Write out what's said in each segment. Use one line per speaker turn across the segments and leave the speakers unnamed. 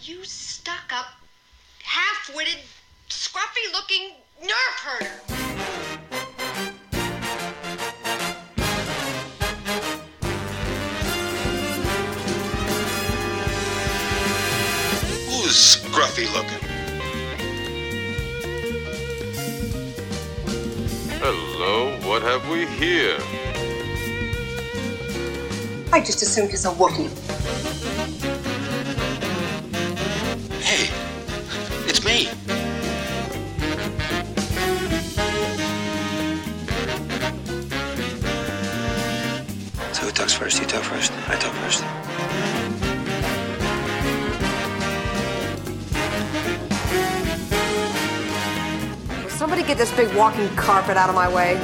You stuck up, half witted, scruffy looking nerve herder.
Who's scruffy looking?
Hello, what have we here?
I just assumed he's a Wookiee.
Hey, it's me.
So who talks first? You talk first. I talk first.
Will somebody get this big walking carpet out of my way?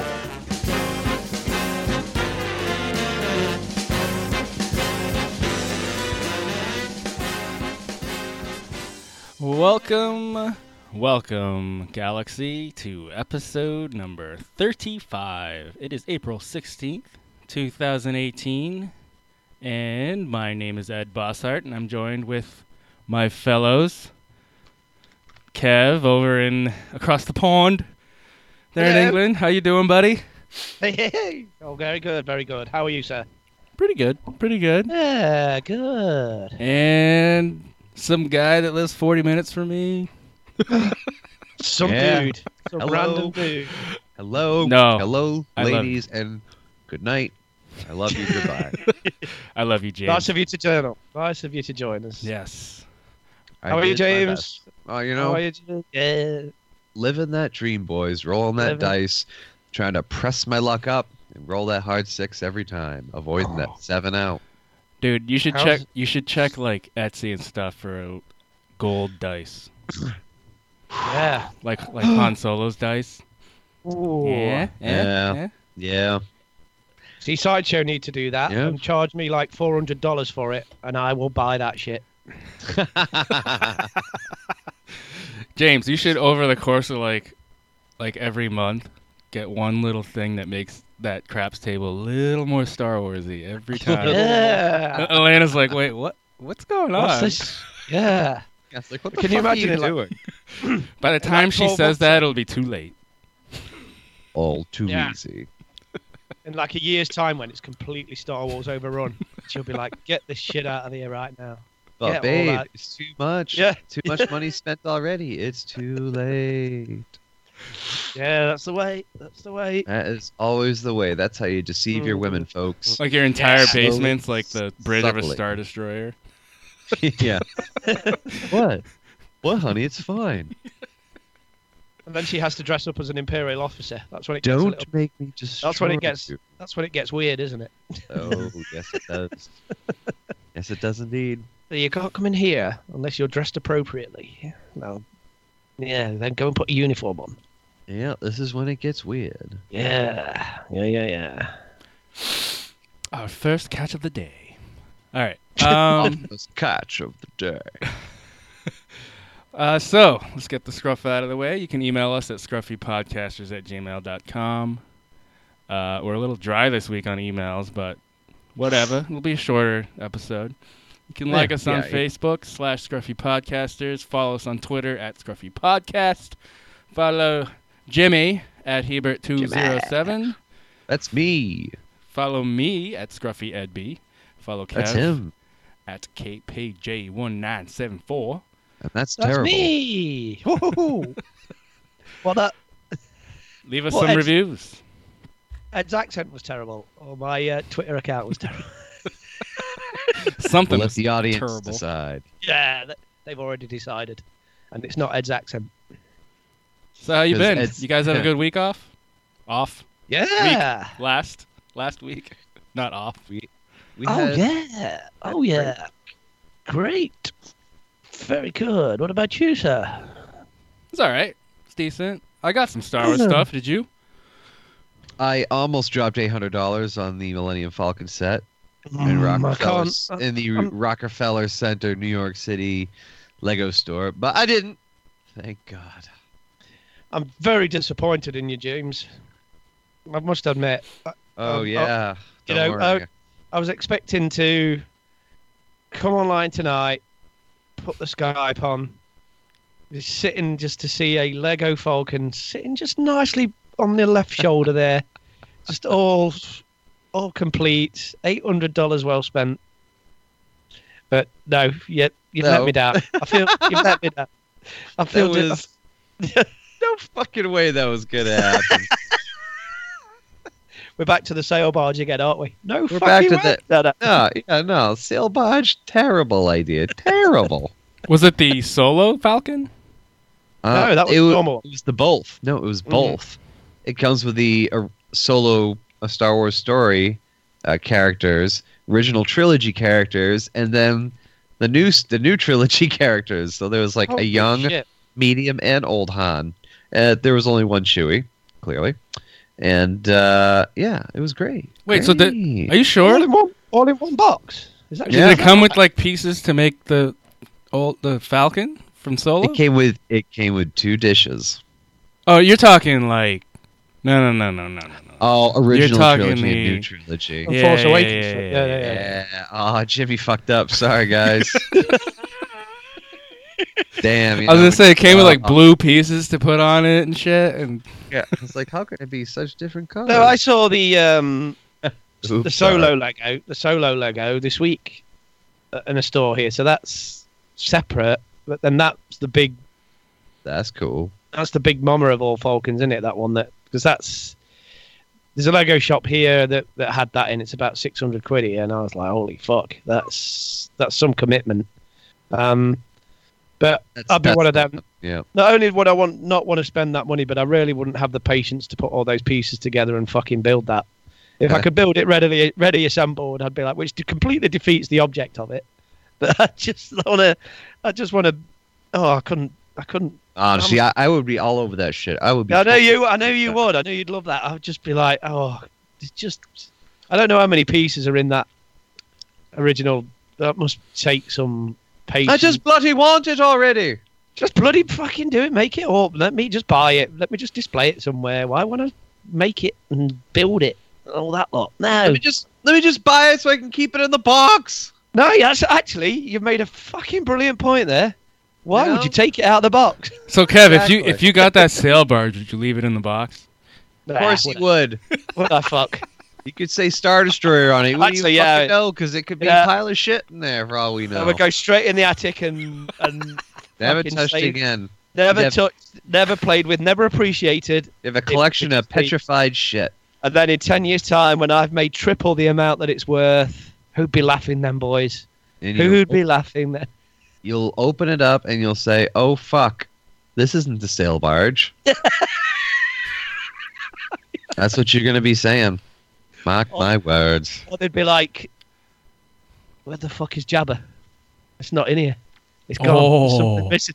Welcome, welcome, Galaxy, to episode number 35. It is April 16th, 2018, and my name is Ed Bossart, and I'm joined with my fellows, Kev over in across the pond there in
Hello.
England. How you doing, buddy?
Hey, hey, hey. Oh, very good, very good. How are you, sir?
Pretty good, pretty good.
Yeah, good.
And some guy that lives 40 minutes from me.
Some
Yeah.
dude. Some
Hello.
random dude.
Hello.
No.
Hello,
I love-
ladies, and good night. I love you. Goodbye.
I love you, James.
Nice of you to join us. Nice of you to join us.
Yes.
I
How are you,
did my
James?
best. Oh, you
How
know,
are you doing? Yeah.
living that dream, boys. Rolling that
Living-
dice, trying to press my luck up and roll that hard six every time, avoiding
Oh.
that seven out.
Dude, you should
How's-
check. You should check like Etsy and stuff for uh, gold dice,
yeah.
like like Han Solo's dice.
Ooh.
Yeah, yeah,
Yeah. Yeah.
See, Sideshow need to do that
Yeah.
and charge me like $400 for it, and I will buy that shit.
James, you should over the course of like, like every month, get one little thing that makes that craps table a little more Star Warsy every time.
Yeah.
Elena's like, wait, what? What's going on?
What's this? Yeah.
It's like, what
Can you
fuck are
imagine it, like-
doing?
By the time she
12
says
months
that, it'll be too late.
All too
Yeah.
easy.
In like a year's time when it's completely Star Wars overrun, she'll be like, get this shit out of here right now.
But
Yeah, all
babe,
that-
it's too much.
uh, Yeah.
Too much money spent already. It's too late.
Yeah, that's the way. That's the way.
That is always the way. That's how you deceive your women, folks.
Like your entire
Yes.
basement's like the bridge of a
Subtly.
star destroyer.
yeah. what? What, honey? It's fine.
And then she has to dress up as an imperial officer. That's when it gets a
Don't
little-
make me just.
That's when it gets- that's when it gets weird, isn't it?
Oh, yes, it does. yes, it does indeed.
So You can't come in here unless you're dressed appropriately. No. Yeah, then go and put a uniform on.
Yeah, this is when it gets weird.
Yeah, yeah, yeah, yeah.
Our first catch of the day. All right. Um,
This catch of the day.
Uh, so let's get the scruff out of the way. You can email us at scruffypodcasters at gmail.com. Uh, we're a little dry this week on emails, but whatever. It'll be a shorter episode. You can like
Yeah,
us on
yeah.
Facebook slash Scruffy Podcasters. Follow us on Twitter at Scruffy Podcast. Follow Jimmy at Hebert207.
That's me.
Follow me at Scruffy Edby. Follow Kev
That's him.
at KPJ1974.
And
That's
that's, terrible.
me. Woo-hoo-hoo. well, that
Leave us
Well,
some
it's-
reviews.
Ed's accent was terrible, or my uh, Twitter account was terrible.
Something
We'll let
was
the audience
terrible.
decide.
yeah, th- they've already decided, and it's not Ed's accent.
So how you
'Cause
been?
it's-
you guys have a good week off? Off
Yeah.
last last week, not off.
We
Oh
had-
yeah. Oh yeah. Great. Very good. What about you, sir?
It's all right. It's decent. I got some Star Wars
Yeah.
stuff. Did you?
I almost dropped eight hundred dollars on the Millennium Falcon set in
Mm,
Rockefeller
I can't.
in the
I'm-
Rockefeller Center, New York City, Lego store, but I didn't. Thank God.
I'm very disappointed in you, James. I must admit,
Oh uh,
Um,
yeah.
you
Don't
know,
worry.
I was expecting to come online tonight, put the Skype on. He's sitting just to see a Lego Falcon sitting just nicely on the left shoulder there, just all, all complete. Eight hundred dollars well spent. But no, you, you've let
No.
me down. I feel you've let me down. I
There
feel
was no fucking way that was gonna happen.
we're back to the sail barge again, aren't we? No,
We're
fucking
back to
way.
the-
No, no.
no, yeah, no. Sail barge, terrible idea. Terrible.
Was it the solo Falcon?
No, that was
Uh, it, wa-
normal.
It was Mm-hmm. the both. No, it was
Mhm.
both. It comes with the uh, solo uh, Star Wars story uh, characters, original trilogy characters, and then the new s- the new trilogy characters. So there was like a
Holy
young,
shit.
medium, and old Han. Uh, there was only one Chewie, clearly, and uh, yeah, it was great.
Wait, so the-
Great.
Are you
all
sure?
in one, all in one box. Is that
Did
Yeah.
it come with like pieces to make the old the Falcon from Solo?
it came with it came with two dishes.
Oh, you're talking like no, no, no, no, no, no, no.
Oh, original
talking
trilogy and
the-
new trilogy.
From
Yeah,
Force
yeah,
Awakens.
yeah,
Yeah,
yeah,
yeah, yeah.
Yeah. Oh, Jimmy fucked up. Sorry, guys. Damn. you
I was
know,
gonna say it came with like
uh,
blue pieces to put on it and shit. And
Yeah. It's like, how could it be such different colors?
No, I saw the um,
Oops,
the solo
sorry.
Lego, the solo Lego this week uh, in a store here. So that's separate, but then that's the big
That's cool.
that's the big mama of all Falcons, isn't it? That one that because that's there's a Lego shop here that that had that in. It's about six hundred quid here, and I was like, holy fuck, that's that's some commitment. Um, but
That's,
I'll be
that's
one of them.
something. Yeah.
Not only would I want not want to spend that money, but I really wouldn't have the patience to put all those pieces together and fucking build that. If I could build it readily, ready assembled, I'd be like, which de- completely defeats the object of it. But I just want to, I just want to. Oh, I couldn't, I couldn't.
Honestly, Um, I, I would be all over that shit. I would be.
I know you, I know
Yeah.
you would. I know you'd love that. I'd just be like, oh, it's just. I don't know how many pieces are in that original. That must take some patience.
I just bloody want it already.
Just bloody fucking do it. Make it up. Let me just buy it. Let me just display it somewhere. Why want to make it and build it? and All that lot. No,
Let me just let me just buy it so I can keep it in the box.
no. Yes, actually, you've made a fucking brilliant point there. Why
You
would
know?
you take it out of the box?
so, Kev, if you
Exactly.
if you got that sail barge, would you leave it in the box?
Of course
would.
you would.
What the fuck?
You could say Star Destroyer on it. We
Actually,
Actually,
yeah.
yeah, know because it could be
Yeah.
a pile of shit in there for all we
I
know.
would go straight in the attic and and
Never
fucking
touched
save-
again.
never
Never.
touched, never played with, never appreciated.
You have a collection of
it's sweet.
petrified shit.
And then in ten years' time, when I've made triple the amount that it's worth, who'd be laughing then, boys?
And you-
Who'd be laughing then?
you'll open it up and you'll say, "Oh fuck, this isn't the sail barge." That's what you're gonna be saying. Mark
Oh.
my words.
Or they'd be like, "Where the fuck is Jabba? It's not in here. It's gone. There's something
Oh. Ah.
missing.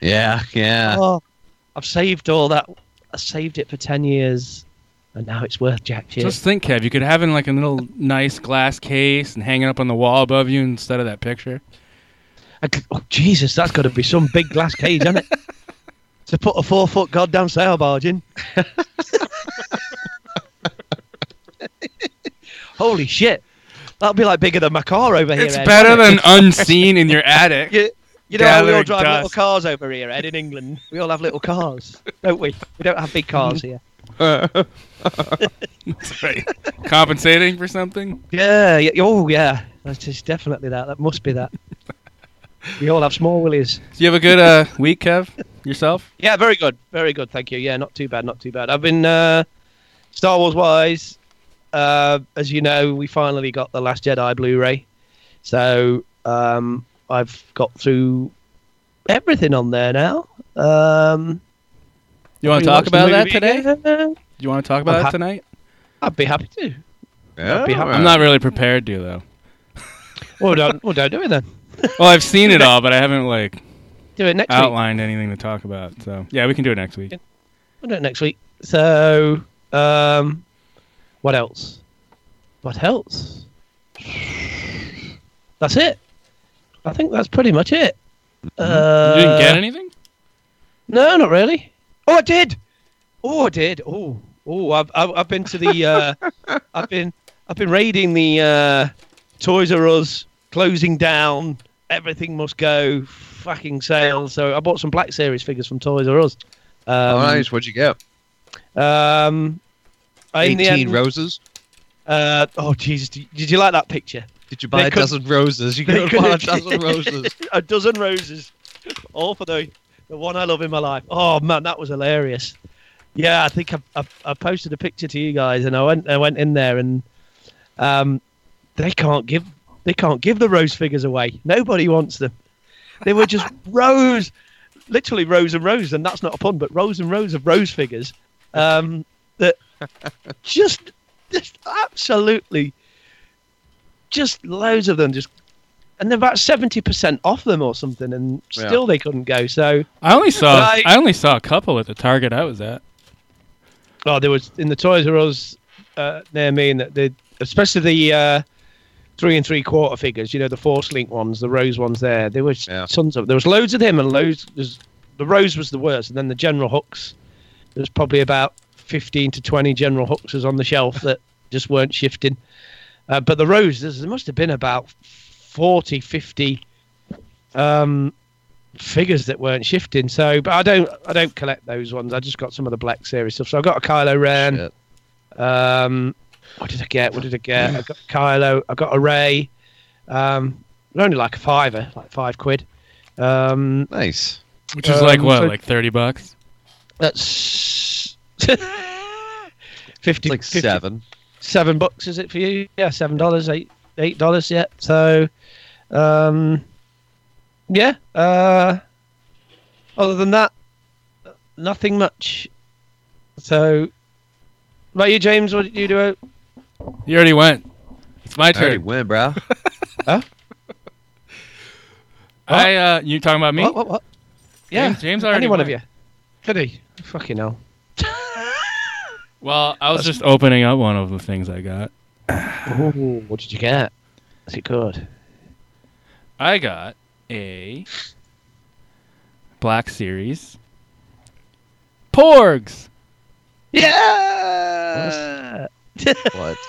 Yeah, yeah.
Oh, I've saved all that. I saved it for ten years, and now it's worth jack shit.
Just think, Kev, you could have it in like a little nice glass case and hang it up on the wall above you instead of that picture.
I c- oh, Jesus, that's got to be some big glass cage, isn't it? to put a four foot goddamn sail barge in. Holy shit. That'll be like bigger than my car over here.
It's
Ed,
better
won't it?
than unseen in your attic.
You, you know how we all
Gathering
drive little
dust.
cars over here, Ed, in England? We all have little cars, don't we? We don't have big cars
Mm-hmm.
here.
That's right. Compensating for something.
Yeah, yeah, oh, yeah. That is definitely that. That must be that. we all have small willies.
Do you have a good uh, week, Kev? Yourself?
Yeah, very good. Very good, thank you. Yeah, not too bad, not too bad. I've been, uh, Star Wars wise, uh, as you know, we finally got The Last Jedi Blu ray. So um, I've got through everything on there now. Um,
You want to
we
talk
watched the
about that
movie
today? Do
again.
you want to talk about
I'm
that
ha-
tonight?
I'd be happy to. I'd be happy.
I'm not really prepared to though.
Well, don't, well, don't do it then.
Well, I've seen it all, but I haven't like
Do it next week.
outlined anything to talk about. So yeah, we can do it next week.
We'll do it next week. So, um, what else? What else? That's it. I think that's pretty much it. Uh,
Mm-hmm. you didn't get anything?
No, not really. Oh, I did. Oh, I did. Oh, oh, I've I've, I've been to the. Uh, I've been I've been raiding the uh, Toys R Us closing down everything must go fucking sale. So I bought some Black Series figures from Toys R Us. Um,
oh, nice. What'd you get?
um, I- in the
18
end-
roses?
Uh, oh Jesus! Did did you like that picture?
Did you buy
They
a
could-
dozen roses? You
they
could buy a
could've-
dozen roses.
a dozen roses, all for the the one I love in my life. Oh man, that was hilarious. Yeah, I think I, I, I posted a picture to you guys, and I went I went in there, and um, they can't give they can't give the rose figures away. Nobody wants them. They were just rows, literally rows and rows, and that's not a pun, but rows and rows of rose figures um, that just just absolutely just loads of them just and they're about 70% off them or something and
Yeah.
still they couldn't go so
I only saw
Right.
I only saw a couple at the Target I was at.
oh there was in the toys r us uh, near me and the especially the uh, three and three quarter figures you know the force link ones the rose ones there there was
Yeah.
tons of there was loads of them and loads there's, the rose was the worst and then the general hooks there's probably about 15 to 20 general hooks was on the shelf that just weren't shifting uh, but the rose there's- there must have been about 40 50 um figures that weren't shifting. So, but I don't, I don't collect those ones. I just got some of the Black Series stuff. So I got a Kylo Ren.
Shit.
Um, what did I get? What did I get? I got Kylo. I got a Ray. Um, they're only like a fiver, like five quid. Um,
Nice.
Which is like
Um,
what,
so-
like thirty bucks?
that's
It's
fifty,
like
fifty-
seven.
seven bucks. Is it for you? Yeah, seven dollars, eight, eight dollars. Yeah. So, um, yeah. Uh, other than that, nothing much. So, about you, James, what did you do?
You already went. It's my
I already
turn.
win, bro.
I uh you talking about me?
What? What? What? Yeah,
James- James already
Any one of you?
went.
Did he? Fucking hell.
Well, I was just opening up one of the things I got.
Ooh, what did you get? Is it good?
I got a Black Series Porgs.
Yeah.
What?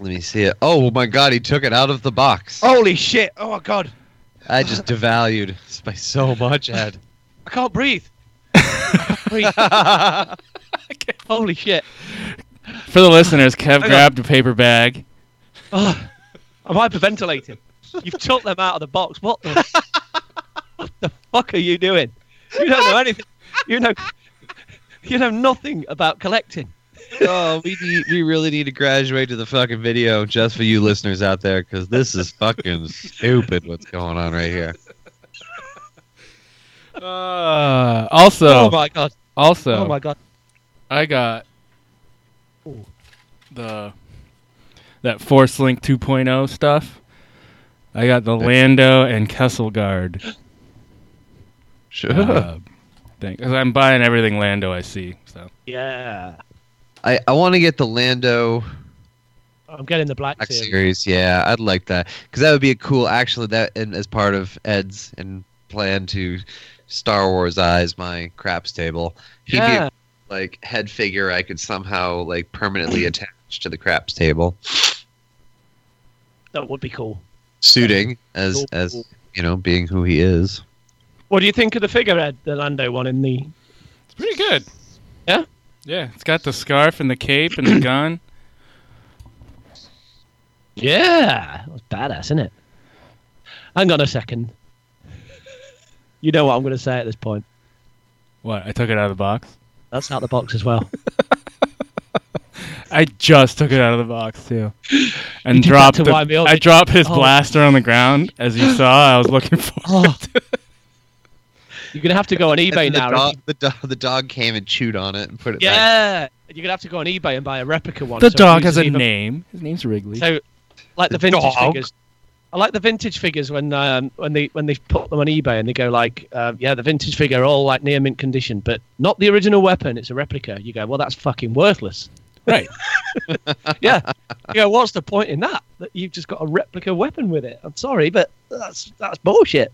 Let me see it. Oh my god, he took it out of the box.
Holy shit! Oh God,
I just devalued by so much, Ed.
I can't breathe. I can't breathe. Holy shit!
For the listeners, Kev
got-
grabbed a paper bag.
Oh, I'm hyperventilating. You've took them out of the box. What the, what the fuck are you doing? You don't know anything. You know, you know nothing about collecting.
oh, we need, we really need to graduate to the fucking video just for you listeners out there because this is fucking stupid. What's going on right here?
Uh, also,
Oh, my god.
also,
Oh my god.
I got the that Force Link 2.0 stuff. I got the Lando and Kesselguard
Sure.
uh, thing 'Cause I'm buying everything Lando I see. So
Yeah.
I, I want to get the Lando
I'm getting the black
Black
series.
series. Yeah, I'd like that because that would be a cool. Actually, that and as part of Ed's and plan to Star Wars eyes my craps table. He'd be
Yeah.
a, like head figure I could somehow like permanently attach to the craps table,
That would be cool.
suiting as as you know being who he is.
What do you think of the figurehead, the Lando one in the
it's pretty good.
Yeah?
yeah. It's got the scarf and the cape and the gun.
Yeah. That was badass, isn't it? Hang on a second. You know what I'm gonna say at this point.
What? I took it out of the box.
That's out the box as well.
I just took it out of the box too, and
did that
dropped.
to
the-
wind me up.
I dropped his
Oh.
blaster on the ground, as you saw. I was looking for.
Oh.
it.
You're gonna have to go on
And
eBay
then the,
now.
dog, the, dog, the dog came and chewed on it and put it back.
Yeah, you're gonna have to go on eBay and buy a replica one.
the
so
dog
it's
has a
even-
name. His name's Wrigley.
So, like the,
The
vintage
dog.
figures. I like the vintage figures when um, when they when they put them on eBay and they go like, uh, yeah, the vintage figure all like near mint condition, but not the original weapon. It's a replica. You go, well, that's fucking worthless.
right.
Yeah. you go, what's the point in that? That you've just got a replica weapon with it. I'm sorry, but that's that's bullshit.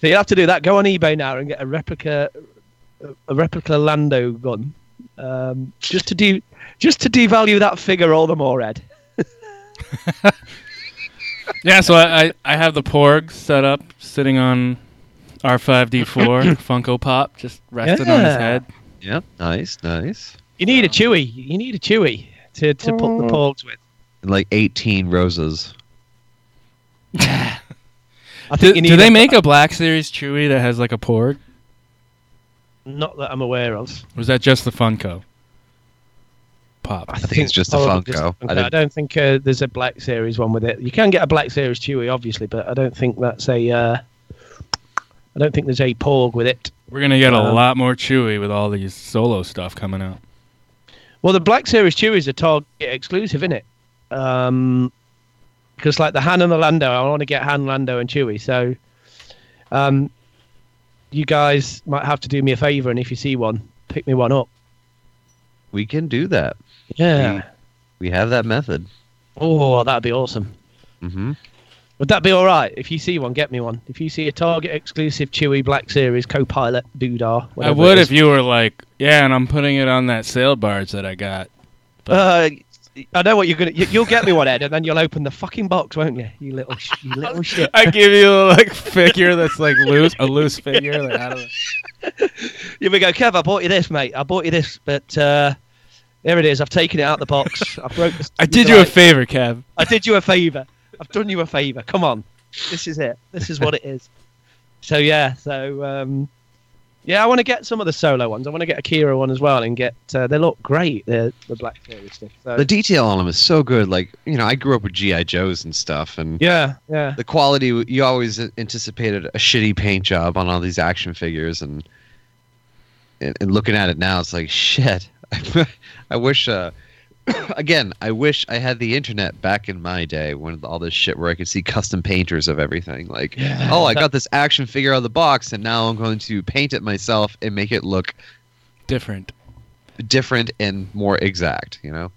So you have to do that. Go on eBay now and get a replica, a replica Lando gun, um, just to de- just to devalue that figure all the more, Ed.
Yeah, so I, I, I have the Porg set up, sitting on R5D4 Funko Pop, just resting on his
Yeah.
head.
Yep. Nice. Nice.
You need a Chewy. You need a Chewy to, to put the porgs with.
And like 18 roses.
I think
Do,
you need
do they
a-
make a Black Series Chewy that has like a Porg?
Not that I'm aware of.
Or is that just the Funko
Oh,
Pop?
think it's just a
probably
Funko. I
I,
didn't-
don't think uh, there's a Black Series one with it. You can get a Black Series Chewy, obviously, but I don't think that's a. Uh, I don't think there's a Porg with it.
We're gonna get a
Um,
lot more Chewy with all these solo stuff coming out.
Well, the Black Series Chewy is a Target exclusive, isn't it? Um, because like the Han and the Lando, I want to get Han, Lando, and Chewy. So, um, you guys might have to do me a favor, and if you see one, pick me one up.
We can do that.
Yeah.
We have that method.
Oh, that'd be awesome.
hmm
Would that be all right? If you see one, get me one. If you see a Target exclusive Chewy Black Series co-pilot Boudar,
I
whatever
would
it
if
is.
you were like, yeah, and I'm putting it on that sale barge that I got.
Uh, I know what you're gonna. You, you'll get me one, Ed, and then you'll open the fucking box, won't you? You little, sh- you little shit.
I give you a like figure that's like loose, a loose figure. Like, I don't know.
Here we go, Kev. I bought you this, mate. I bought you this, but uh, there it is. I've taken it out of the box. I broke. The
I did you a
Right.
favor, Kev.
I did you a favor. I've done you a favor. Come on, this is it. This is what it is. So yeah, so um, yeah, I want to get some of the solo ones. I want to get a Kira one as well, and get uh, they look great. The the Black Series stuff. So,
The detail on them is so good. Like, you know, I grew up with G.I. Joes and stuff. And
yeah, yeah,
the quality, you always anticipated a shitty paint job on all these action figures. And and, and looking at it now, it's like, shit. I wish, uh, again, I wish I had the internet back in my day when all this shit where I could see custom painters of everything. Like, oh, I got this action figure out of the box, and now I'm going to paint it myself and make it look
Different.
different and more exact, you know?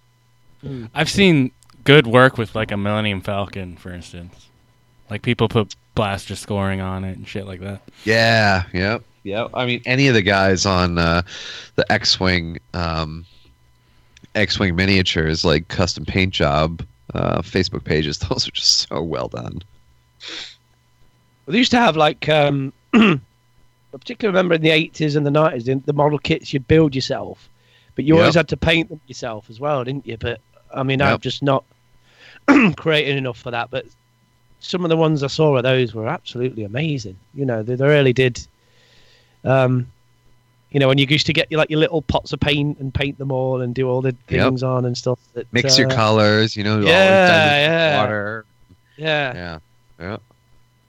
I've seen good work with like a Millennium Falcon, for instance. Like people put blaster scoring on it and shit like that.
Yeah, yeah, yeah. I mean, any of the guys on uh, the X-wing, um, X-wing miniatures, like custom paint job, uh, Facebook pages, those are just so well done.
Well, they used to have like, um, I particularly remember in the eighties and the nineties, the the model kits you'd build yourself, but you always
Yep.
had to paint them yourself as well, didn't you? But I mean,
Yep.
I've just not created enough for that. But some of the ones I saw of those were absolutely amazing. You know, they, they really did. Um, you know, when you used to get your, like your little pots of paint and paint them all and do all the
Yep.
things on and stuff. That,
Mix your
uh,
colors, you know. always
yeah,
done with
yeah.
Water.
Yeah.
Yeah. Yeah.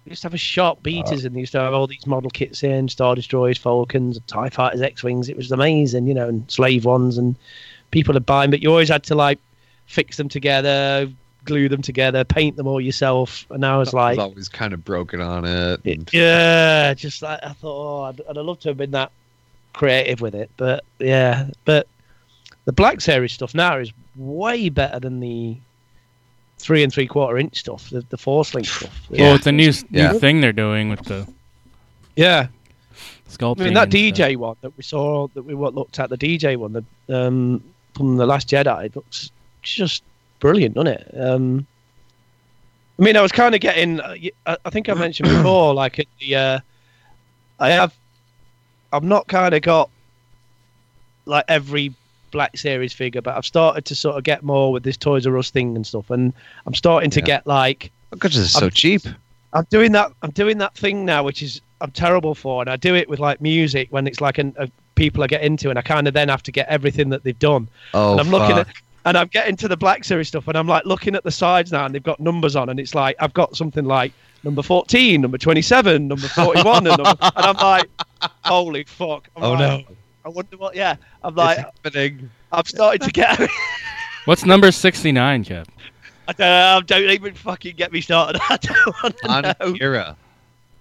They used to have a sharp beaters and they used to have all these model kits in Star Destroyers, Falcons, TIE Fighters, X Wings. It was amazing, you know, and slave ones and people would buy them, but you always had to like fix them together, glue them together, paint them all yourself. And I was like,
It's always kind of broken on it. and-
yeah, just like I thought, oh, I'd, I'd have loved to have been that creative with it, but yeah, but the Black Series stuff now is way better than the three and three quarter inch stuff, the, the Force Link stuff.
Yeah.
Well, it's a new s-
Yeah.
new thing they're doing with the
yeah.
sculpting.
I mean, that
and stuff.
DJ one that we saw, that we wa- looked at, the DJ one the, um, from The Last Jedi, it looks just brilliant, doesn't it? Um, I mean, I was kind of getting, uh, y- I I think I mentioned before, like, at the, uh, I have, I've not kind of got like every Black Series figure, but I've started to sort of get more with this Toys R Us thing and stuff. And I'm starting to
Yeah.
get like,
Oh, God, this is so
I'm-
cheap.
I'm doing that. I'm doing that thing now, which is I'm terrible for, and I do it with like music when it's like an, a people I get into, and I kind of then have to get everything that they've done.
Oh,
and I'm looking
fuck.
at, and I'm getting to the Black Series stuff, and I'm like looking at the sides now, and they've got numbers on, and it's like I've got something like number 14, number 27, number 41, and, number, and I'm like, holy fuck! I'm
Oh,
like,
no.
I wonder what. Yeah, I'm
It's
like,
happening.
I'm starting to get.
What's number sixty nine, Kev?
I don't, don't even fucking get me started. I don't want to
on
know.
Kira.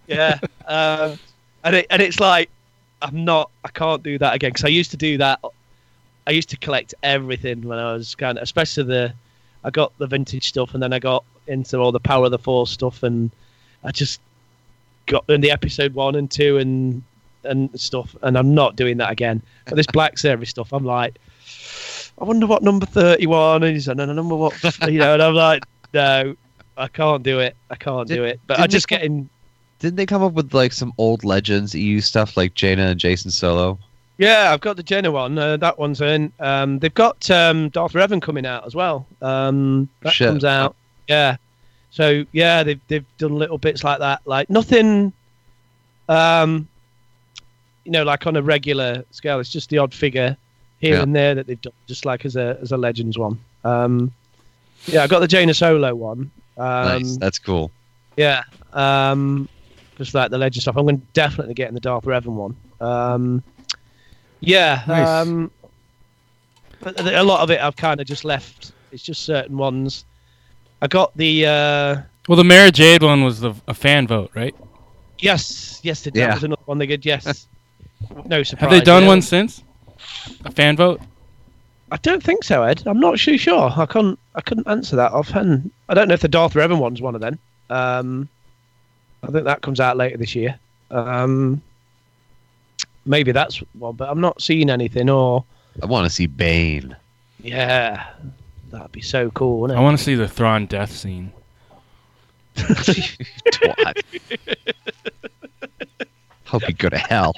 yeah um, and it, and it's like i'm not i can't do that again because i used to do that i used to collect everything when i was kind of especially the i got the vintage stuff and then i got into all the power of the force stuff and i just got in the episode one and two and and stuff and i'm not doing that again but this black series stuff i'm like i wonder what number 31 is and then number what you know and i'm like no I can't do it. I can't
Did-
do it. But
didn't
I
they
just
come-
get in.
Didn't they come up with like some old Legends EU stuff like Jaina and Jason Solo?
Yeah, I've got the Jenna one. Uh, that one's in. Um, they've got um, Darth Revan coming out as well. Um, that
Shit.
comes out. Yeah. So yeah, they've they've done little bits like that. Like nothing. Um, you know, like on a regular scale, it's just the odd figure here
Yeah.
and there that they've done, just like as a as a Legends one. Um, yeah, I got the Jaina Solo one. Um,
nice, that's cool.
yeah. Um, just like the legend stuff. I'm going to definitely get in the Darth Revan one. Um, yeah.
Nice.
Um, but th- a lot of it I've kind of just left. It's just certain ones. I got the. Uh,
Well, the Mara Jade one was the a fan vote, right?
yes, yes, they-
Yeah.
that was another one they did. Yes. no surprise.
Have they done
yeah.
one since? A fan vote?
I don't think so, Ed. I'm not too sure. I can't. I couldn't answer that offhand. I don't know if the Darth Revan one's one of them. Um, I think that comes out later this year. Um, maybe that's one, but I'm not seeing anything. Or
I want to see Bane.
yeah, that'd be so cool. Wouldn't
I
it?
want to see the Thrawn death scene.
Twat. Hope you go to hell.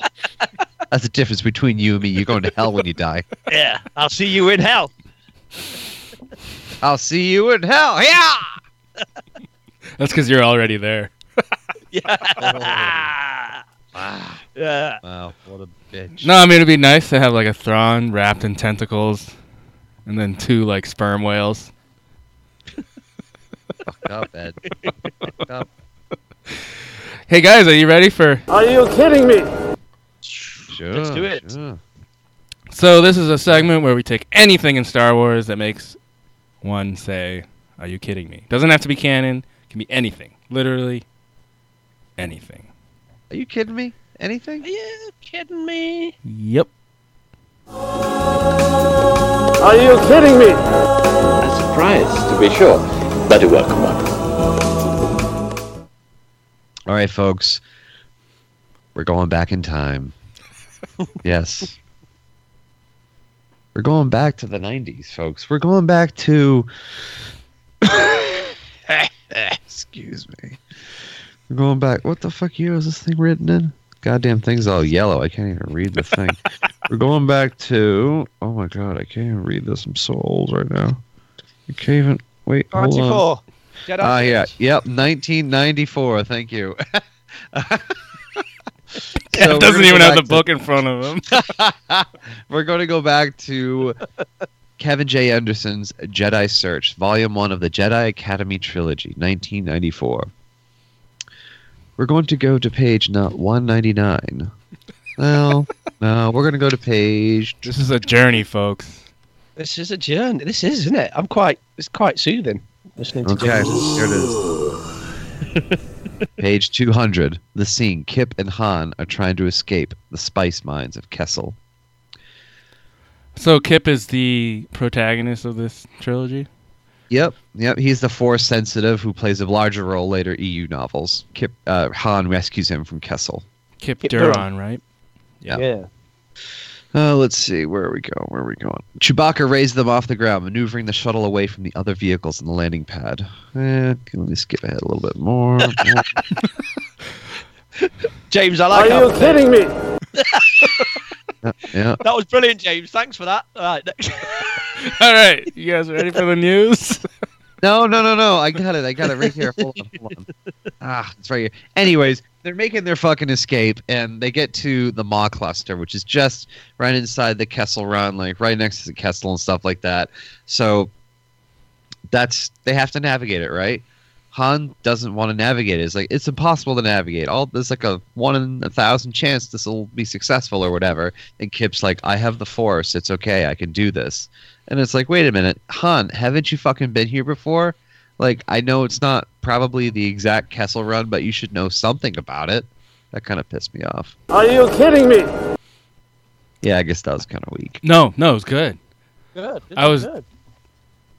That's the difference between you and me. You're going to hell when you die.
yeah, I'll see you in hell.
I'll see you in hell. Yeah.
That's because you're already there.
Yeah. Ah. yeah.
Wow, what a bitch.
No, I mean it'd be nice to have like a Thrawn wrapped in tentacles, and then two like sperm whales.
Fuck up, Ed. Fuck up.
Hey guys, are you ready for?
Sure,
Let's do it.
sure.
So this is a segment where we take anything in Star Wars that makes one say, "Are you kidding me?" Doesn't have to be canon. Can be anything. Literally anything.
Are you kidding me?
Are
Anything?
you kidding me?
Yep.
A surprise, to be sure, but a welcome one.
All right, folks. We're going back in time. yes. We're going back to the 90s, folks. We're going back to. Excuse me. We're going back. What the fuck year was this thing written in? Goddamn thing's all yellow. I can't even read the thing. We're going back to. Oh my god, I can't even read this. I'm so old right now. I can't even. Wait, hold on.
Ninety-four. Jedi.
Ah, yeah. Yep. 1994. Thank you. So
doesn't
we're gonna
even
go
have the
back
book in front of him.
to- we're going to go back to Kevin J. Anderson's Jedi Search, Volume 1 of the Jedi Academy Trilogy, 1994. We're going to go to page not 199. Well, no, we're going to go to page.
this is a journey, folks.
This is a journey. This is, isn't it? I'm quite. It's quite soothing. Listening to
Okay,
James.
here it is. Page 200. The scene Kip and Han are trying to escape the spice mines of Kessel.
So Kip is the protagonist of this trilogy.
Yep, yep. He's the force sensitive who plays a larger role later EU novels. Kip uh, Han rescues him from Kessel.
Kip,
Kip
Duran,
Duran.
right?
Yeah.
yeah.
Uh, let's see, where are we going? Where are we going? Chewbacca raised them off the ground, maneuvering the shuttle away from the other vehicles on the landing pad. Eh, let me skip ahead a little bit more.
James, I like. Are you kidding me?
yeah.
That was brilliant, James. Thanks for that. All right. next-
All right, you guys ready for the news?
No, no, no, no. I got it. I got it right here. Hold on. Hold on. Ah, it's right here. Anyways, they're making their fucking escape and they get to the Maw Cluster, which is just right inside the Kessel Run, like right next to the Kessel and stuff like that. So that's they have to navigate it, right? Han doesn't want to navigate it. It's like it's impossible to navigate. All there's like a one in a thousand chance this will be successful or whatever. And Kip's like, I have the force. It's okay. I can do this. And it's like, wait a minute, Han, haven't you fucking been here before? Like, I know it's not probably the exact Kessel Run, but you should know something about it. That kind of pissed me off. Are you kidding me? Yeah, I guess that was kind of weak.
No, no, it was good.
Good. this
I
is
was-
good.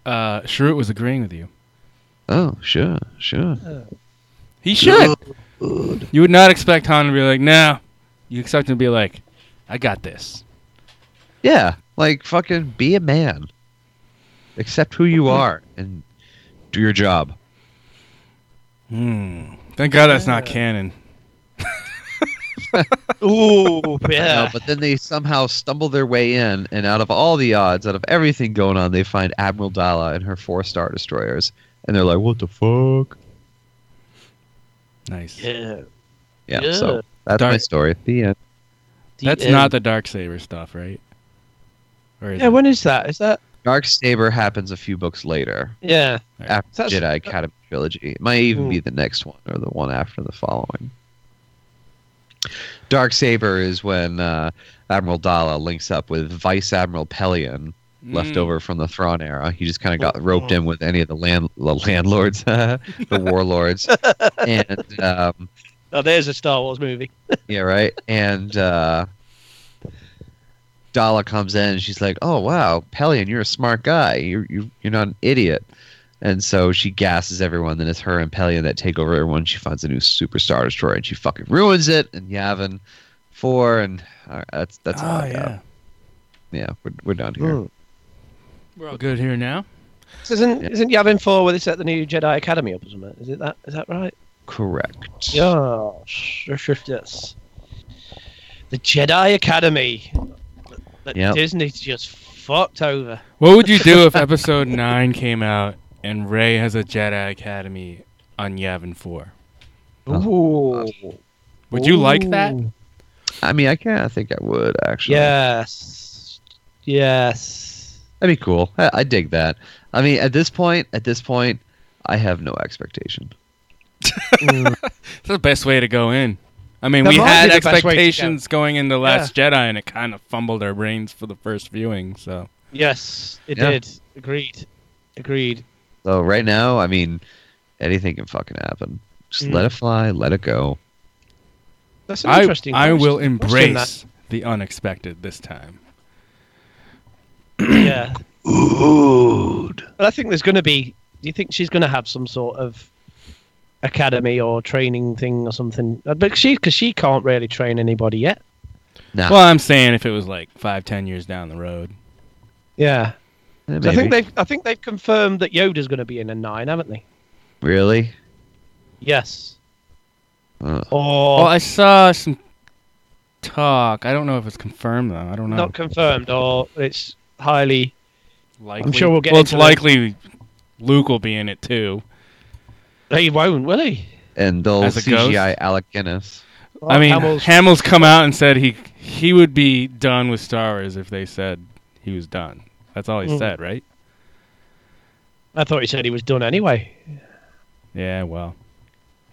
Uh, Shrewd was agreeing with you.
Oh, sure, sure.
He should. You would not expect Han to be like, nah. You expect him to be like, I got this.
Yeah, like fucking be a man. Accept who you are and do your job.
Hmm. Thank God that's not canon.
Ooh,
No,
yeah.
but then they somehow stumble their way in, and out of all the odds, out of everything going on, they find Admiral Dala and her four star destroyers, and they're like, "What the fuck?"
Nice.
yeah.
Yeah.
Yeah.
So that's my
Dark-
story. The end.
That's
end.
not the dark saber stuff, right? Or is
Yeah,
it?
when is that? Is that?
Dark Saber happens a few books later.
Yeah.
after
That's-
Jedi Academy trilogy. It might even
Hmm.
be the next one or the one after the following. Dark Saber is when uh, Admiral Dala links up with Vice Admiral Pelion, left
Mm. Oh,
over from the Thrawn era. He just kind of got roped in with any of the land the landlords, the warlords, and um,
Oh, there's a Star Wars movie.
yeah, right. And uh, Dala comes in and she's like, "Oh wow, Pelion, you're a smart guy. You're you, you're not an idiot." And so she gasses everyone. Then it's her and Pelion that take over everyone. She finds a new superstar destroyer and she fucking ruins it. And Yavin four and all right, that's that's all
oh
I got.
yeah.
yeah. We're we're done here.
We're all good here now.
So Isn't
Yeah.
isn't Yavin Four where they set the new Jedi Academy up or something? Is it that? Is that right?
Correct.
Yeah. Yes. The Jedi Academy. That
Yep.
Disney just fucked over.
What would you do if Episode Nine came out and Ray has a Jedi Academy on Yavin Four? Oh,
Ooh.
Would you like that?
Ooh.
I mean, I can. I think I would actually.
Yes. Yes.
That'd be cool. I, I dig that. I mean, at this point, at this point, I have no expectation.
It's the best way to go in. I mean,
That
we
might
had
be the best way to go.
expectations going into Last Jedi, and it kind of fumbled our brains for the first viewing. So
Yes. It
Yeah.
did. Agreed. Agreed.
So right now, I mean, anything can fucking happen. Just
Mm.
let it fly, let it go.
That's an
I,
interesting.
I
question-
will
question, that.
embrace the unexpected this time.
Yeah. But I think there's going to be. Do you think she's going to have some sort of academy or training thing or something? Uh, But she, because she can't really train anybody yet.
Nah,
Well, I'm saying if it was like five, ten years down the road.
Yeah.
eh,
So I think
maybe.
they've. I think they've confirmed that Yoda's going to be in a nine, haven't they?
really.
Yes.
Uh,
Or
Well, Oh, I saw some talk. I don't know if it's confirmed though. I don't know.
not confirmed, or it's highly.
likely.
I'm sure we'll get
Well, it's
into that.
likely Luke will be in it too.
He won't, will he?
and they'll
As a
CGI Alec Guinness.
I mean,
Hamill's-
Hamill's... come out and said he he would be done with Star Wars if they said he was done. That's all he
Mm.
said, right?
I thought he said he was done anyway.
Yeah. Well,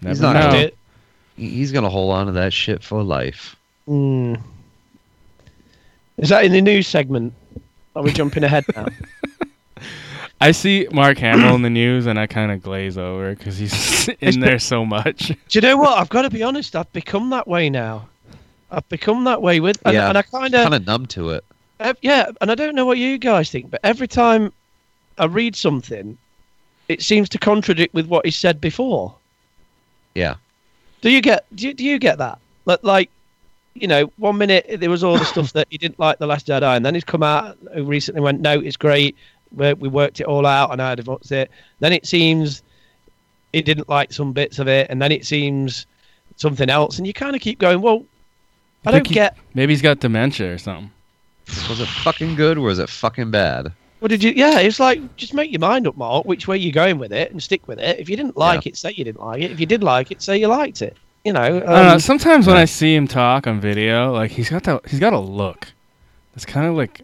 He's
never
not
know.
gonna- He- He's gonna hold on to that shit for life.
Hmm. Is that in the news segment? Are we jumping ahead now?
I see Mark Hamill in the news and I kind of glaze over because he's in there so much.
Do you know what? I've got to be honest. I've become that way now. I've become that way with, and,
Yeah.
and I kind
Kind
of,
of numb to it.
yeah. And I don't know what you guys think, but every time I read something, it seems to contradict with what he said before.
Yeah.
Do you get? Do you, do you get that? Like, like, you know, one minute there was all the stuff that he didn't like the Last Jedi, and then he's come out uh, recently and went, "No, it's great. We, we worked it all out, and I advanced it." Then it seems he didn't like some bits of it, and then it seems something else, and you kind of keep going, "Well, I
think
don't
he-
get."
Maybe he's got dementia or something.
Was it fucking good or was it fucking bad?
What did you? Yeah, it's like just make your mind up, Mark. Which way you're going with it, and stick with it. If you didn't like it, say you didn't like it. If you did like it, say you liked it. You know.
I don't know.
um,
Sometimes when I see him talk on video, like he's got that he's got a look. It's kind of like,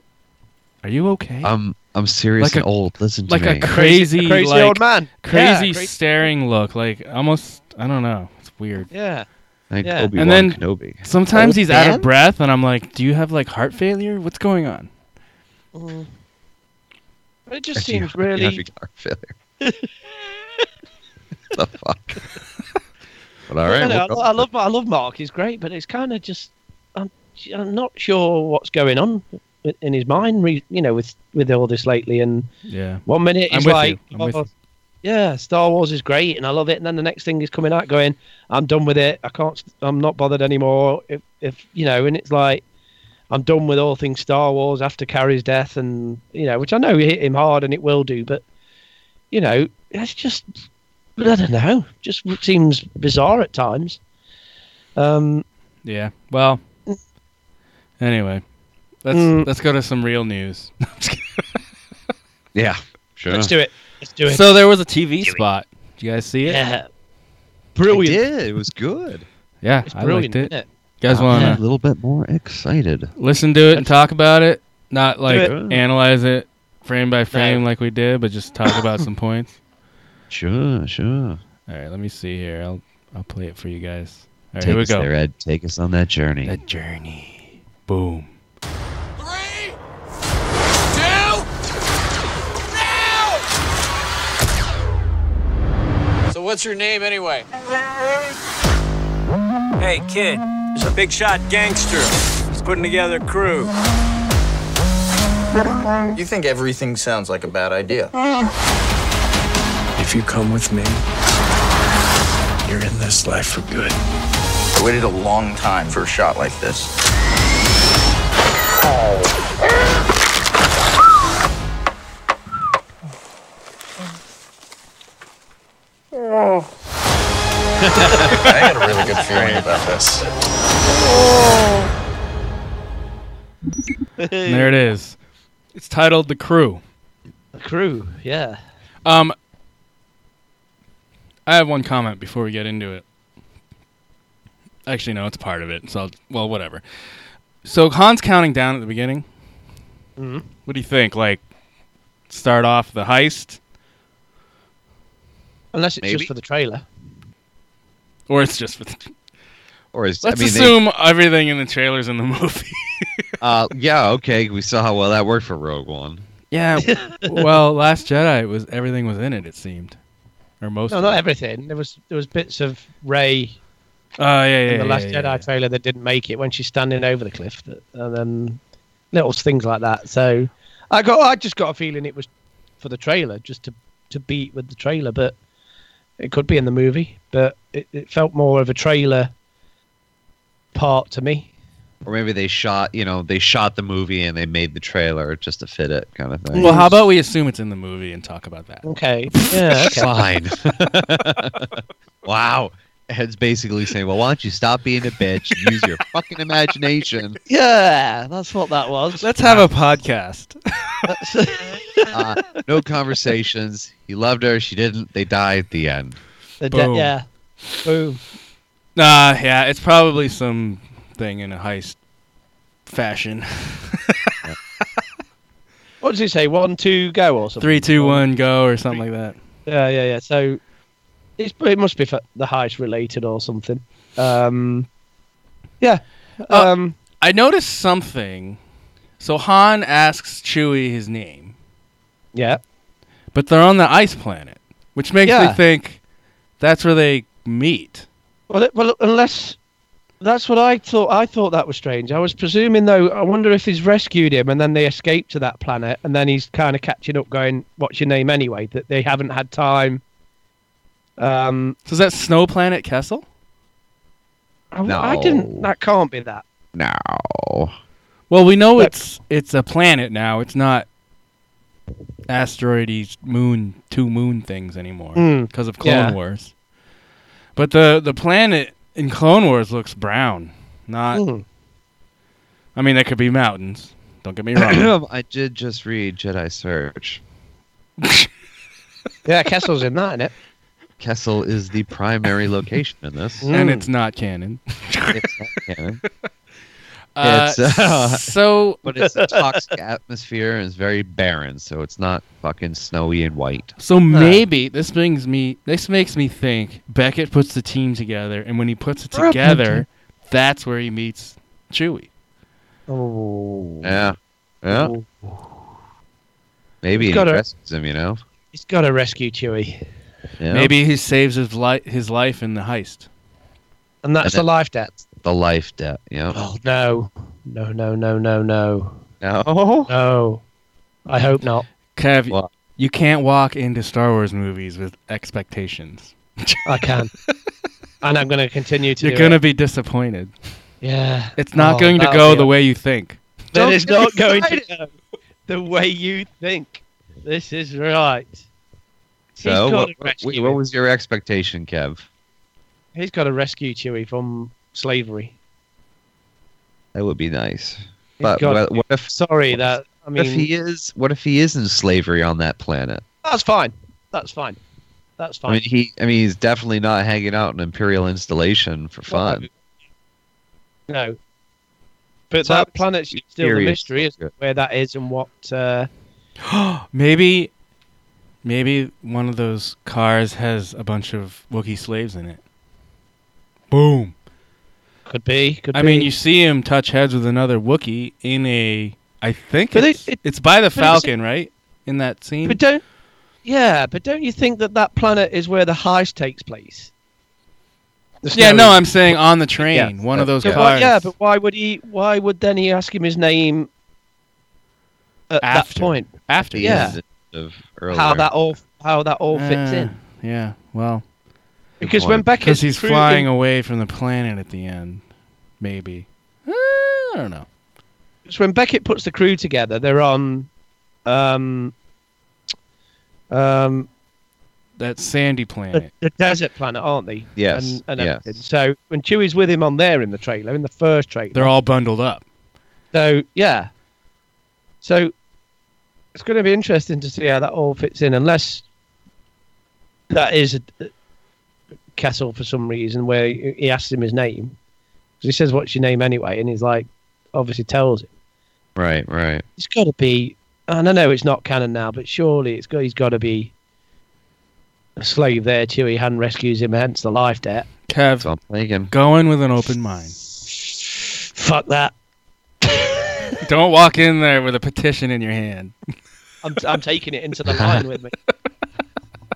are you okay?
I'm I'm serious
Like
and
a-
old. Listen to
like a
me.
crazy,
crazy
like,
old man.
crazy
Yeah, crazy-
staring look, like almost I don't know. It's weird.
Yeah.
like
yeah.
Obi-Wan
And then-
Kenobi.
Sometimes
Old
he's out
man?
of breath, and I'm like, "Do you have like heart failure? What's going on?"
But it just
Do you
seems
have- do you have
really.
your heart failure? the fuck. but all right,
I, don't
we'll
know,
go
I, I
with it.
love I love Mark. He's great, but it's kind of just I'm, I'm not sure what's going on i- in his mind. Re, you know, with with all this lately, and
Yeah,
one minute
I'm
he's
with you.
like,
I'm with
"Oh,
you."
yeah, Star Wars is great, and I love it, and then the next thing is coming out, going, I'm done with it. I can't. I'm not bothered anymore. If if you know, and it's like. I'm done with all things Star Wars after Carrie's death, and you know, which I know hit him hard, and it will do, but you know, that's just But I don't know. Just seems bizarre at times. Um,
Yeah. Well. Anyway, let's
Mm.
let's go to some real news.
Yeah, sure.
Let's do it. Let's do it.
so there was a TV spot. Did you guys see it?
yeah.
We
Brilliant.
did. It was good.
Yeah,
It's
I
brilliant.
liked
Isn't
it.
it?
You guys
I'm
wanna
a little bit more excited.
listen to it and talk about it, not like
it.
analyze it frame by frame like we did, but just talk about some points.
Sure, sure.
All right, let me see here. I'll I'll play it for you guys. All right,
Take
here we
us
go.
there, Ed. Take us on that journey.
The journey. Boom.
So what's your name anyway?
Hey, kid, there's a big shot gangster. He's putting together a crew.
You think everything sounds like a bad idea.
If you come with me, you're in this life for good.
I waited a long time for a shot like this. I had a really good feeling about this.
And there it is. It's titled The Crew.
The crew. Yeah.
Um I have one comment before we get into it. Actually, no, it's part of it. So, I'll, well, whatever. So, Han's counting down at the beginning.
Mhm.
What do you think? Like, start off the heist,
Unless it's
Maybe.
just for the trailer.
or it's just for the.
Or is,
Let's
I mean, they-
assume everything in the trailers in the movie.
uh, yeah, okay. We saw how well that worked for Rogue One.
Yeah. well, Last Jedi was everything was in it. It seemed, or most.
No,
of
not
it.
everything. There was there was bits of Ray
Oh yeah, yeah.
in the
yeah,
Last
yeah,
Jedi trailer that didn't make it when she's standing over the cliff, that, and then little things like that. So I got I just got a feeling it was for the trailer, just to to beat with the trailer, but it could be in the movie. But it, it felt more of a trailer part to me.
Or maybe they shot, you know, they shot the movie and they made the trailer just to fit it, kind of
yeah.
thing.
Well, how about we assume it's in the movie and talk about that?
Okay. Yeah. Okay.
Fine. wow. Ed's basically saying, well, why don't you stop being a bitch and use your fucking imagination?
yeah. That's what that was.
Let's have a podcast.
Uh, no conversations. He loved her. She didn't. They die at the end.
The de-
Boom.
yeah. Boom.
Nah, yeah, it's probably some thing in a heist fashion.
What does he say? One, two, go or something.
Three, two, one, go, or something like that.
Yeah, yeah, yeah. So it's it must be for the heist related or something. Um, yeah.
Uh,
Um,
I noticed something. So Han asks Chewie his name,
yeah.
but they're on the ice planet, which makes me
Yeah.
think that's where they meet.
Well, it, well, unless that's what I thought. I thought that was strange. I was presuming though. I wonder if he's rescued him and then they escaped to that planet, and then he's kind of catching up, going, "What's your name anyway?" That they haven't had time. Um,
So is that Snow Planet Kessel?
I, I didn't.
No.
That can't be that.
No.
Well, we know
But-
it's it's a planet now. It's not asteroidy moon two moon things anymore
Mm,
because of Clone
yeah.
Wars. But the the planet in Clone Wars looks brown. Not
Mm.
I mean there could be mountains. Don't get me wrong.
I did just read Jedi Search.
Yeah, Kessel's in that, innit?
Kessel is the primary location in this.
and it's not canon.
It's not canon,
Uh,
It's, uh,
so
but it's a toxic atmosphere and it's very barren, so it's not fucking snowy and white.
So maybe this brings me. This makes me think Beckett puts the team together, and when he puts it together, that's where he meets Chewie.
Oh.
Yeah. Yeah. Maybe
It's
it
got a-
dresses him, you know?
He's got to rescue Chewie,
Yeah.
Maybe he saves his life, his life in the heist.
and that's
And
the life debt.
The life debt. Yeah.
Oh no, no, no, no, no, no,
No.
no! I hope not.
Kev,
What?
you can't walk into Star Wars movies with expectations.
I can, and I'm going to continue to.
You're
do
gonna
it.
be disappointed.
yeah.
It's not
Oh,
going to
that'll
go
be
the
a-
way you think.
That
Don't
is
get
not going to go the way you think. This is right.
So,
He's got
what,
a
what-
rescue.
what was your expectation, Kev?
He's got to rescue Chewie from slavery.
That would be nice.
He's
But
got-
what, what if
Sorry that I mean
if he is? What if he is in slavery on that planet?
that's fine. That's fine. That's fine.
I mean, he. I mean, he's definitely not hanging out in Imperial installation for fun.
No. But
So
that
it's
planet's still a
serious.
mystery, isn't it? Where that is and what. Uh,
maybe, maybe one of those cars has a bunch of Wookiee slaves in it. Boom.
Could be. Could
I
be.
mean, you see him touch heads with another Wookiee in a. I think
But
it's,
it- it-
it's by the
but it's-
Falcon, right? In that scene.
But don't. Yeah, but don't you think that that planet is where the heist takes place? The
yeah,
snowy-
no, I'm saying on the train,
Yeah.
one of those
So why-
cars.
yeah, but why would he? Why would then he ask him his name? At
After.
that point,
after
The
Yeah.
end Of earlier.
how that all how that all fits
Uh,
in?
Yeah, well,
Because when
point.
Becca's
because he's
recruiting-
flying away from the planet at the end, maybe. Uh, I don't know.
So when Beckett puts the crew together, they're on um, um,
That sandy
the,
planet.
the desert planet, aren't they?
Yes,
And, and
yes.
everything. So when Chewie's with him on there in the trailer, in the first trailer,
They're all bundled up.
so yeah. So it's going to be interesting to see how that all fits in, unless that is a, a Kessel for some reason where he he asks him his name 'Cause he says, "What's your name anyway?" and he's like, obviously tells him.
Right, right.
it's got to be. And I know it's not canon now, but surely it's got. He's got to be a slave there. Chewie Han rescues him, hence the life debt.
Kev,
So I'm thinking.
go in with an open mind.
Fuck that.
Don't walk in there with a petition in your hand.
I'm, I'm taking it into the line with me.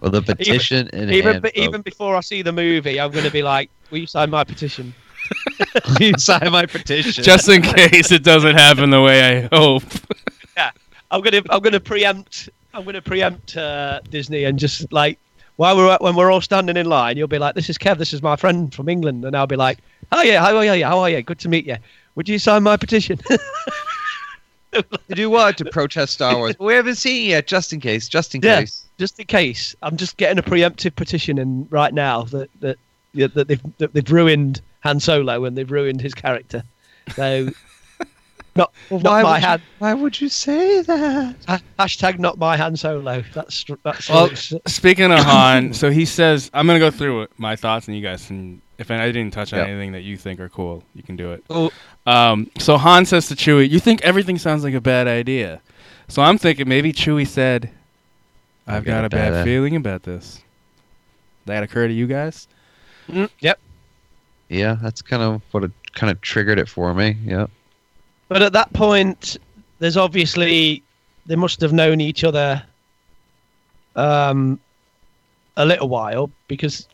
Well, the petition in
Even
hand,
but even
folks.
before I see the movie, I'm going to be like, "Will you sign my petition?"
you sign my petition.
Just in case it doesn't happen the way I hope.
I'm going to I'm going to preempt. I'm going to preempt uh, Disney and just like while we're when we're all standing in line, you'll be like, "This is Kev. This is my friend from England," and I'll be like, "Oh yeah, how are you? How are you? Good to meet you. Would you sign my petition?"
to do what? To protest Star Wars. we haven't seen it yet, just in case. Just in
Yeah.
case.
just in case, I'm just getting a preemptive petition in right now that that yeah, that they've that they've ruined Han Solo and they've ruined his character. So, not not my
would you,
hand.
why would you say that?
ha- Hashtag not my Han Solo. That's that's all
Well,
it's-
speaking of Han, so he says, I'm going to go through my thoughts and you guys can, if I didn't touch on
Yeah.
anything that you think are cool, you can do it.
Oh,
Um, so Han says to Chewie, "You think everything sounds like a bad idea." So I'm thinking maybe Chewie said, "I've, got, a bad,
idea."
feeling about this." That occur to you guys?
mm, yep.
Yeah, that's kind of what it kind of triggered it for me. Yeah.
But at that point, there's obviously they must have known each other um, a little while because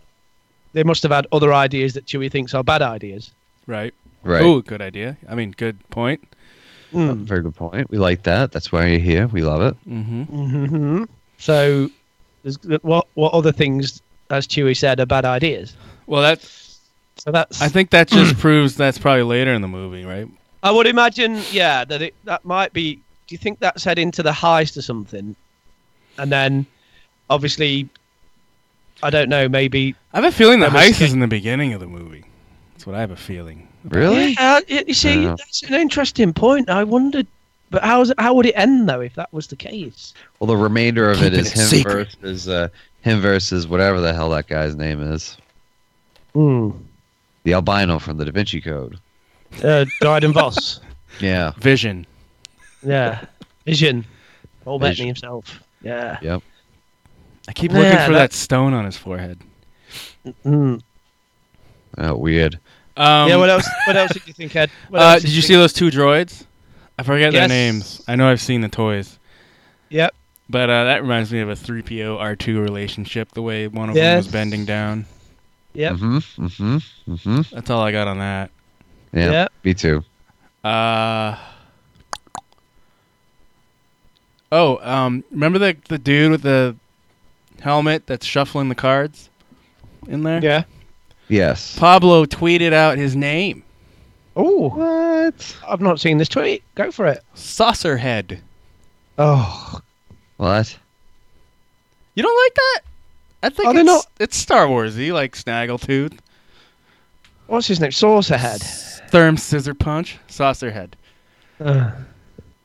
they must have had other ideas that Chewie thinks are bad ideas.
Right.
Right.
Ooh, good idea. I mean, good point.
Mm.
Very good point. We like that. That's why you're here. We love it.
Mm-hmm.
hmm So, there's, what what other things, as Chewie said, are bad ideas?
Well, that
So that's. I,
I think that just proves that's probably later in the movie, right?
would imagine, yeah, that it that might be. Do you think that's head into the heist or something? And then, obviously, I don't know. Maybe
I have a feeling the
That was
heist is
ki-
in the beginning of the movie. That's what I have a feeling.
Really?
Yeah, y- you see,
Oh, Yeah.
that's an interesting point. I wondered, but how's how would it end though if that was the case?
Well, the remainder of it
Keeping
is
it
him
secret.
versus uh, him versus whatever the hell that guy's name is.
Hmm.
The albino from the Da Vinci Code.
Uh, Dryden Voss.
Yeah.
Vision.
Yeah. Vision. Paul Bettany
Vision.
himself. Yeah.
Yep.
I keep
Yeah,
looking for that
that-
stone on his forehead.
Mm.
Oh, weird.
Um,
yeah, what else? What else did you think, Ed? What
uh,
else
did you see those two droids? I forget their
Yes.
names. I know I've seen the toys.
Yep.
But uh, that reminds me of a 3PO R2 relationship, the way one of them was
Yes.
bending down.
Yep.
Mm-hmm. Mm-hmm. Mm-hmm.
That's all I got on that.
Yeah.
Yep.
Me too.
Uh, oh, um, remember the, the dude with the helmet that's shuffling the cards in there?
Yeah.
Yes.
Pablo tweeted out his name
Oh,
What?
I've not seen this tweet. Go for it.
Saucerhead.
Oh,
What?
You don't like that? I think
Are they
it's,
not-
it's Star Warsy, like Snaggletooth,
What's his name? Saucerhead.
Therm, Scissor Punch, Saucer Head.
Uh,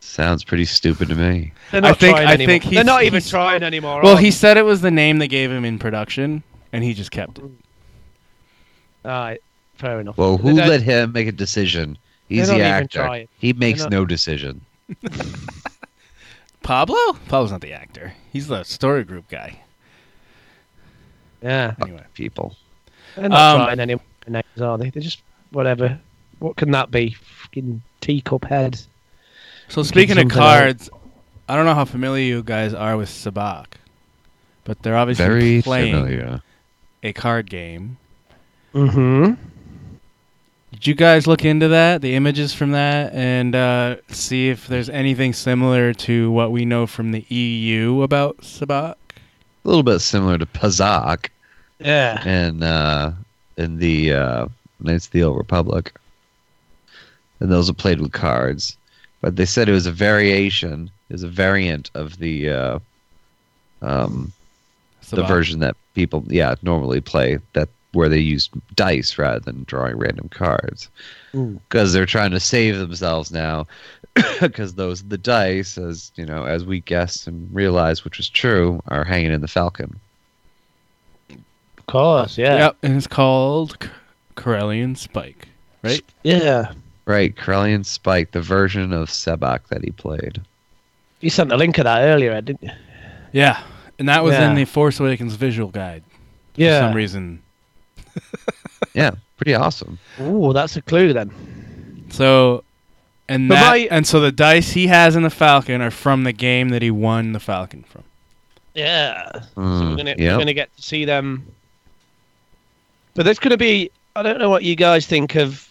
Sounds pretty stupid to me.
they're
I
not
think-
trying
I
anymore.
think he's-
they're not even
he's-
trying anymore.
Well,
are
he said it was the name they gave him in production, and he just kept it.
they? All right, fair enough.
Well, who
They don't-
let him make a decision? He's
don't
the
even
actor.
try it.
he makes
not-
no decision.
Pablo? Pablo's not the actor. He's the story group guy.
Yeah,
Anyway,
People.
they're not
Um,
trying anymore. Names are they? They're just whatever. What can that be? Fucking teacup head.
so speaking of
something
cards, I don't know how familiar you guys are with Sabak, but they're obviously
Very
playing
familiar.
a card game.
Mm-hmm.
Did you guys look into that, the images from that, and uh, see if there's anything similar to what we know from the EU about Sabak?
A little bit similar to Pazak
Yeah.
in uh, in the uh, Knights of the Old Republic, and those are played with cards. But they said it was a variation, it was a variant of the uh, um, the
Sabacc.
version that people yeah normally play that where they use dice rather than drawing random cards
Ooh.
because they're trying to save themselves now because those the dice as you know as we guessed and realized which was true are hanging in the falcon
Of course. Yeah.
Yep, and it's called K- Corellian Spike, right?
Yeah.
right Corellian spike the version of sebak that he played
You sent a link of that earlier, Ed, didn't you?
Yeah, and that was in
Yeah.
the Force Awakens visual guide
Yeah.
for some reason.
yeah pretty awesome
Ooh, that's a clue then.
So, and
But
that,
my-
and so the dice he has in the Falcon are from the game that he won the Falcon from.
Yeah. So we're
Mm,
gonna,
yep.
we're gonna get to see them. But there's gonna be I don't know what you guys think of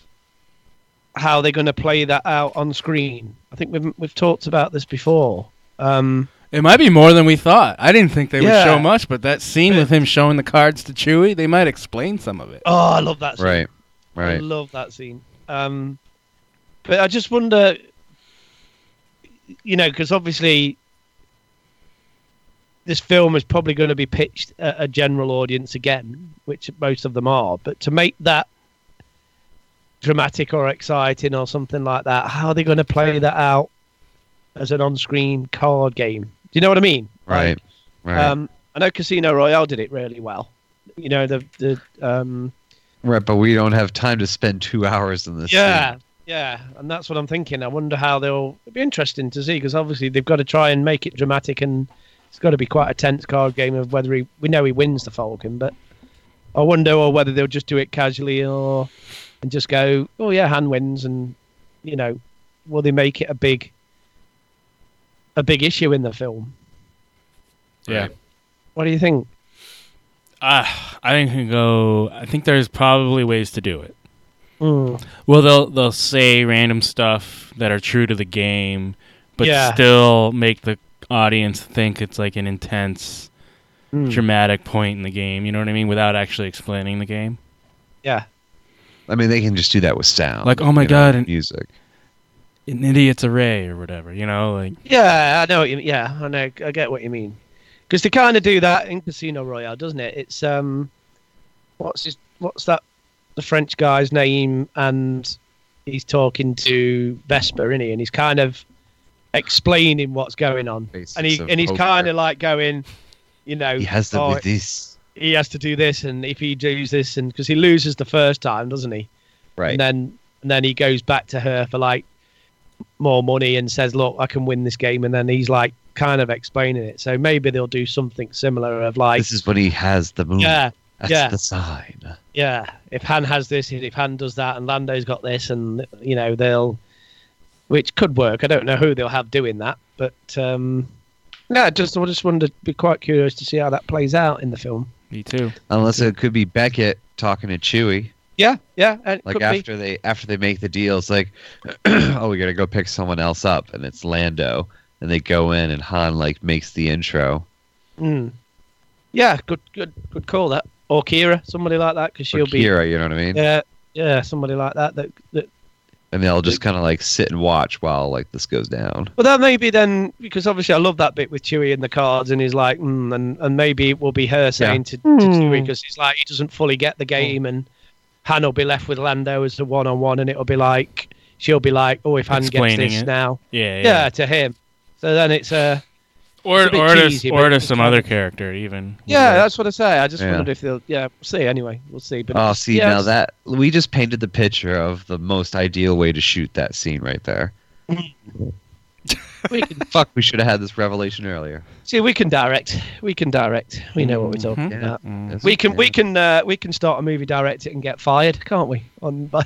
how they're gonna play that out on screen. I think we've we've talked about this before. Um,
It might be more than we thought. I didn't think they would
Yeah.
show much, but that scene with him showing the cards to Chewie, they might explain some of it.
oh, I love that scene.
right
I
right
love that scene. Um, but I just wonder, you know, because obviously this film is probably going to be pitched at a general audience again, which most of them are. But to make that dramatic or exciting or something like that, how are they going to play that out as an on-screen card game? Do you know what I mean?
right right
Um, I know Casino Royale did it really well. You know the the um,
right but we don't have time to spend two hours in this
yeah
scene.
yeah and that's what i'm thinking i wonder how they'll it'd be interesting to see because obviously they've got to try and make it dramatic and it's got to be quite a tense card game of whether he we know he wins the falcon but i wonder or whether they'll just do it casually or and just go oh yeah han wins and you know will they make it a big a big issue in the film
Yeah.
what do you think
Uh, I think we can go. I think there's probably ways to do it.
Mm.
Well, they'll they'll say random stuff that are true to the game, but
Yeah.
still make the audience think it's like an intense, Hmm.
Mm.
dramatic point in the game. You know what I mean? Without actually explaining the game.
yeah
i mean they can just do that with sound
Like, oh my
you know,
God, and-
music
An idiot's array or whatever. You know, like
Yeah, I know. What you, yeah, I know. I get what you mean. Because they kind of do that in Casino Royale, doesn't it? It's um, what's his, what's that? The French guy's name, and he's talking to Vesper, is he? And he's kind of explaining what's going on,
Basis
and he
of
and he's
poker.
kind of like going, you know,
he has them
"Oh,
with this
he has to do this, and if he does this, and because he loses the first time, doesn't he?
right
And then and then he goes back to her for like more money and says, "Look, I can win this game." And then he's like kind of explaining it. So maybe they'll do something similar of like,
This is when he has the moon.
yeah,
That's
yeah.
the sign.
yeah. If Han has this, and if Han does that, and Lando's got this, and you know they'll, which could work. I don't know who they'll have doing that, but um, yeah, just I just wanted to be quite curious to see how that plays out in the film.
me too.
Unless it could be Beckett talking to Chewie.
Yeah, yeah, and it
Like
could be.
after they after they make the deal, it's like oh we gotta go pick someone else up and it's Lando. And they go in and Han like makes the intro.
Mm. Yeah, good, good, good call that. Or Kira, somebody like that, because
She'll
she'll
Kira, you know what I mean?
be. Yeah, yeah, somebody like that. That that
and they'll just kind of like sit and watch while like this goes down.
Well, that maybe then because obviously I love that bit with Chewie in the cards, and he's like, mm, and and maybe it will be her saying to, to Chewie because he's like he doesn't fully get the game, and Han will be left with Lando as the one on one, and it'll be like she'll be like, oh, if Han gets
Explaining
this
it.
now,
Yeah, yeah.
to him. So then it's uh,
Or
a bit
or,
cheesy,
to,
but
or to
it's
some
kind
other
of-
character even.
yeah, that's what I say. I just
Yeah.
wondered if they'll yeah, we'll see anyway, we'll see. But
Oh,
it's-
see
yeah,
now
it's-
that we just painted the picture of the most ideal way to shoot that scene right there.
we can
Fuck, we should have had this revelation earlier.
see we can direct, we can direct, we know what we're talking
Mhm.
about.
Yes,
We can we can uh, we can start a movie, direct it, and get fired, can't we? On by,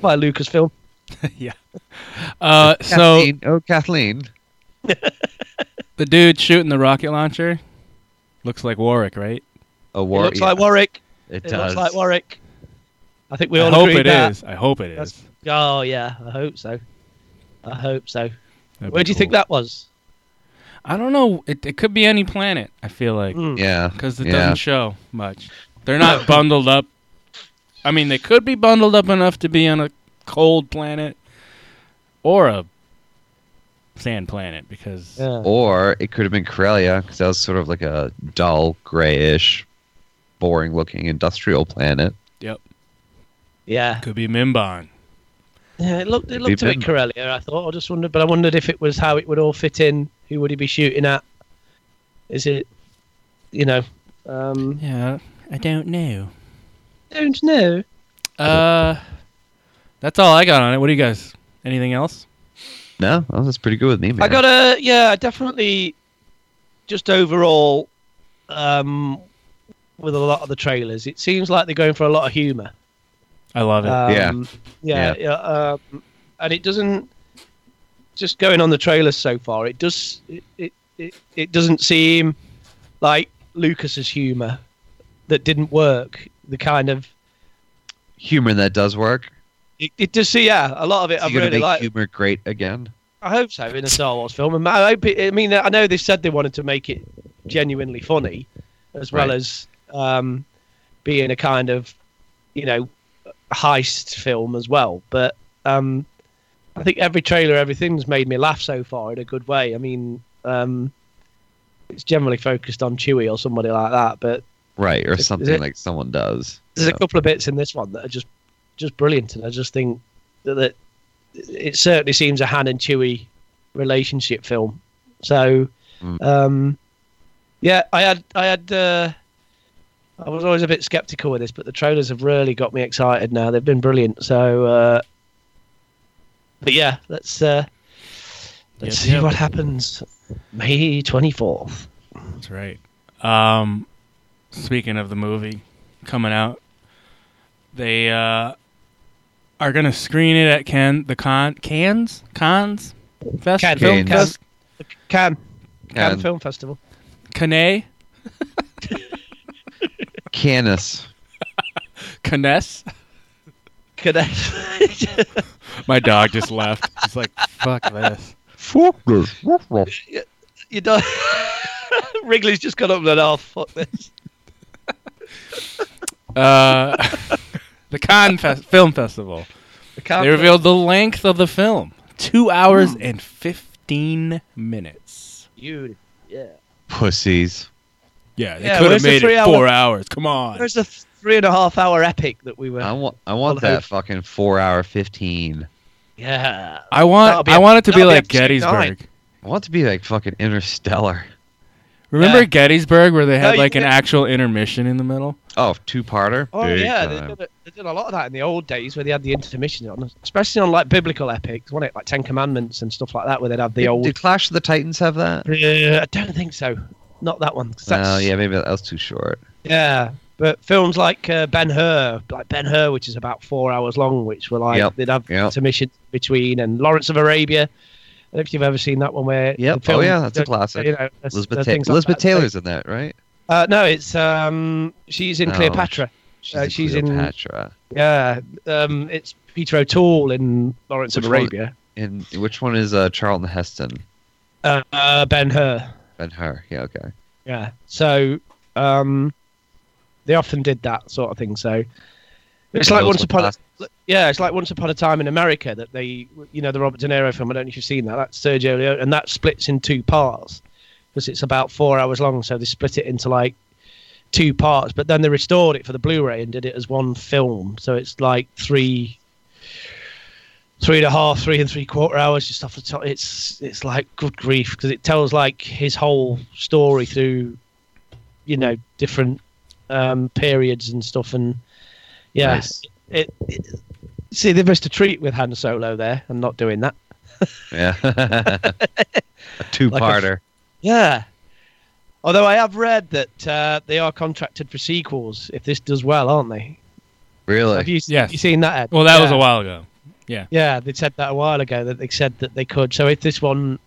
by Lucasfilm.
Uh, so
Kathleen, oh Kathleen,
the dude shooting the rocket launcher looks like Warwick, right?
a
It
war.
looks
yeah,
like Warwick.
it
It
does.
looks like Warwick. I think we
I
all
hope
agree
it is.
that.
I hope it
That's-
is.
Oh yeah, I hope so. I hope so.
That'd be
Where do you think
cool.
that was?
I don't know. It, it could be any planet. I feel like
Mm.
Yeah,
because it
yeah.
doesn't show much. They're not bundled up. I mean, they could be bundled up enough to be on a cold planet or a sand planet because
Yeah.
Or it could have been Corellia, because that was sort of like a dull, grayish, boring looking industrial planet.
Yeah.
could be Mimbon.
Yeah, it looked it
It'd
looked a
be
bit Corellia. I thought. I just wondered, but I wondered if it was how it would all fit in. Who would he be shooting at? Is it, you know? Um,
Yeah, I don't know.
don't know.
Uh, that's all I got on it. What do you guys? Anything else?
No, well, that's pretty good with me, man.
I got a yeah, definitely. Just overall, um, with a lot of the trailers, it seems like they're going for a lot of humour.
I love it.
Yeah.
Um, yeah, yeah. um, and it doesn't. Just going on the trailers so far, it does. It it, it, it doesn't seem like Lucas's humor that didn't work. The kind of
humor that does work.
it, it does. See, yeah, a lot of it
Is
I
he gonna
really
make
like.
humor great again?
I hope so in a Star Wars film. And I hope. It, I mean, I know they said they wanted to make it genuinely funny, as well
Right.
as um, being a kind of, you know, heist film as well. But um, I think every trailer, everything's made me laugh so far in a good way. I mean, um, it's generally focused on Chewie or somebody like that, but
Right, or
Is- is
something
it-
like someone does.
there's
So,
a couple of bits in this one that are just just brilliant, and I just think that, that it certainly seems a Han and Chewie relationship film. So,
Mm.
um, yeah, I had I had uh, I was always a bit skeptical with this, but the trailers have really got me excited now. They've been brilliant. So, uh, but yeah, let's uh, let's
Yep,
see
yep.
what happens. May twenty fourth.
That's right. Um, speaking of the movie coming out, they uh, are going to screen it at Can the Con Cans Cons Fest
Cannes.
Film
Cannes.
Fest
Can Can
Cannes.
Film Festival.
Cannes
Canis.
Cannes.
Could I?
My dog just left. It's like fuck this.
you don't. Wrigley's just got up and off. Fuck this.
Uh, the Con Fest Film Festival.
I can't
They revealed the length of the film: two hours
Hmm.
and fifteen minutes.
you. Yeah.
Pussies.
Yeah, they
Yeah,
could have
where's the
made it
three-hour-
four hours. Come on.
There's a three and a half hour epic that we were.
I want. I want
Well, I-
that fucking four hour fifteen.
yeah.
I
That'll
want
be
I
up-
want it to be
that'll be
like
up to six nine.
Gettysburg.
I want it to be like fucking Interstellar.
Remember
Yeah.
Gettysburg where they
No,
had
you
like an
did-
actual intermission in the middle?
Oh, two parter.
Oh yeah, they did, a, they did a lot of that in the old days where they had the intermission on, especially on like biblical epics, wasn't it? Like Ten Commandments and stuff like that, where they'd have the
Did,
old.
did Clash of the Titans have that?
Uh, I don't think so. Not that one. 'cause that's-
Oh yeah, maybe that was too short.
Yeah, but films like uh, Ben Hur, like Ben Hur, which is about four hours long, which were like
Yep,
they'd have
yep.
intermission between, and Lawrence of Arabia. I don't know if you've ever seen that one where.
Yep.
the film-
Oh, yeah, that's a
you
classic.
know, there's-
Elizabeth,
there's
Ta-
things like
Elizabeth
that.
Taylor's in that, right?
Uh, no, it's um, she's in
No.
Cleopatra.
She's,
Uh,
in
she's in-
Cleopatra.
Yeah, um, it's Peter O'Toole in Lawrence of
Which one?
Arabia.
In... which one is uh, Charlton Heston
Uh, uh, ben Hur.
and her? Yeah, okay.
Yeah. So um, they often did that sort of thing. So it's like
Those
once
were
upon a,
classics.
Yeah, it's like Once Upon a Time in America that they, you know, the Robert De Niro film. I don't know if you've seen that. That's Sergio Leone, and that splits in two parts because it's about four hours long. So they split it into like two parts, but then they restored it for the Blu-ray and did it as one film. So it's like three, three and a half, three and three quarter hours just off the top. It's it's like good grief because it tells like his whole story through, you know, different um, periods and stuff. And yeah,
Nice.
it, it see they missed a treat with Han Solo there. I'm not doing that.
Yeah. a two-parter.
Yeah. Although I have read that uh, they are contracted for sequels if this does well, aren't they?
really?
Have you,
Yes.
you seen that? Ed?
Well, that was
Yeah.
a while ago. Yeah.
Yeah, they said that a while ago that they said that they could. So if this one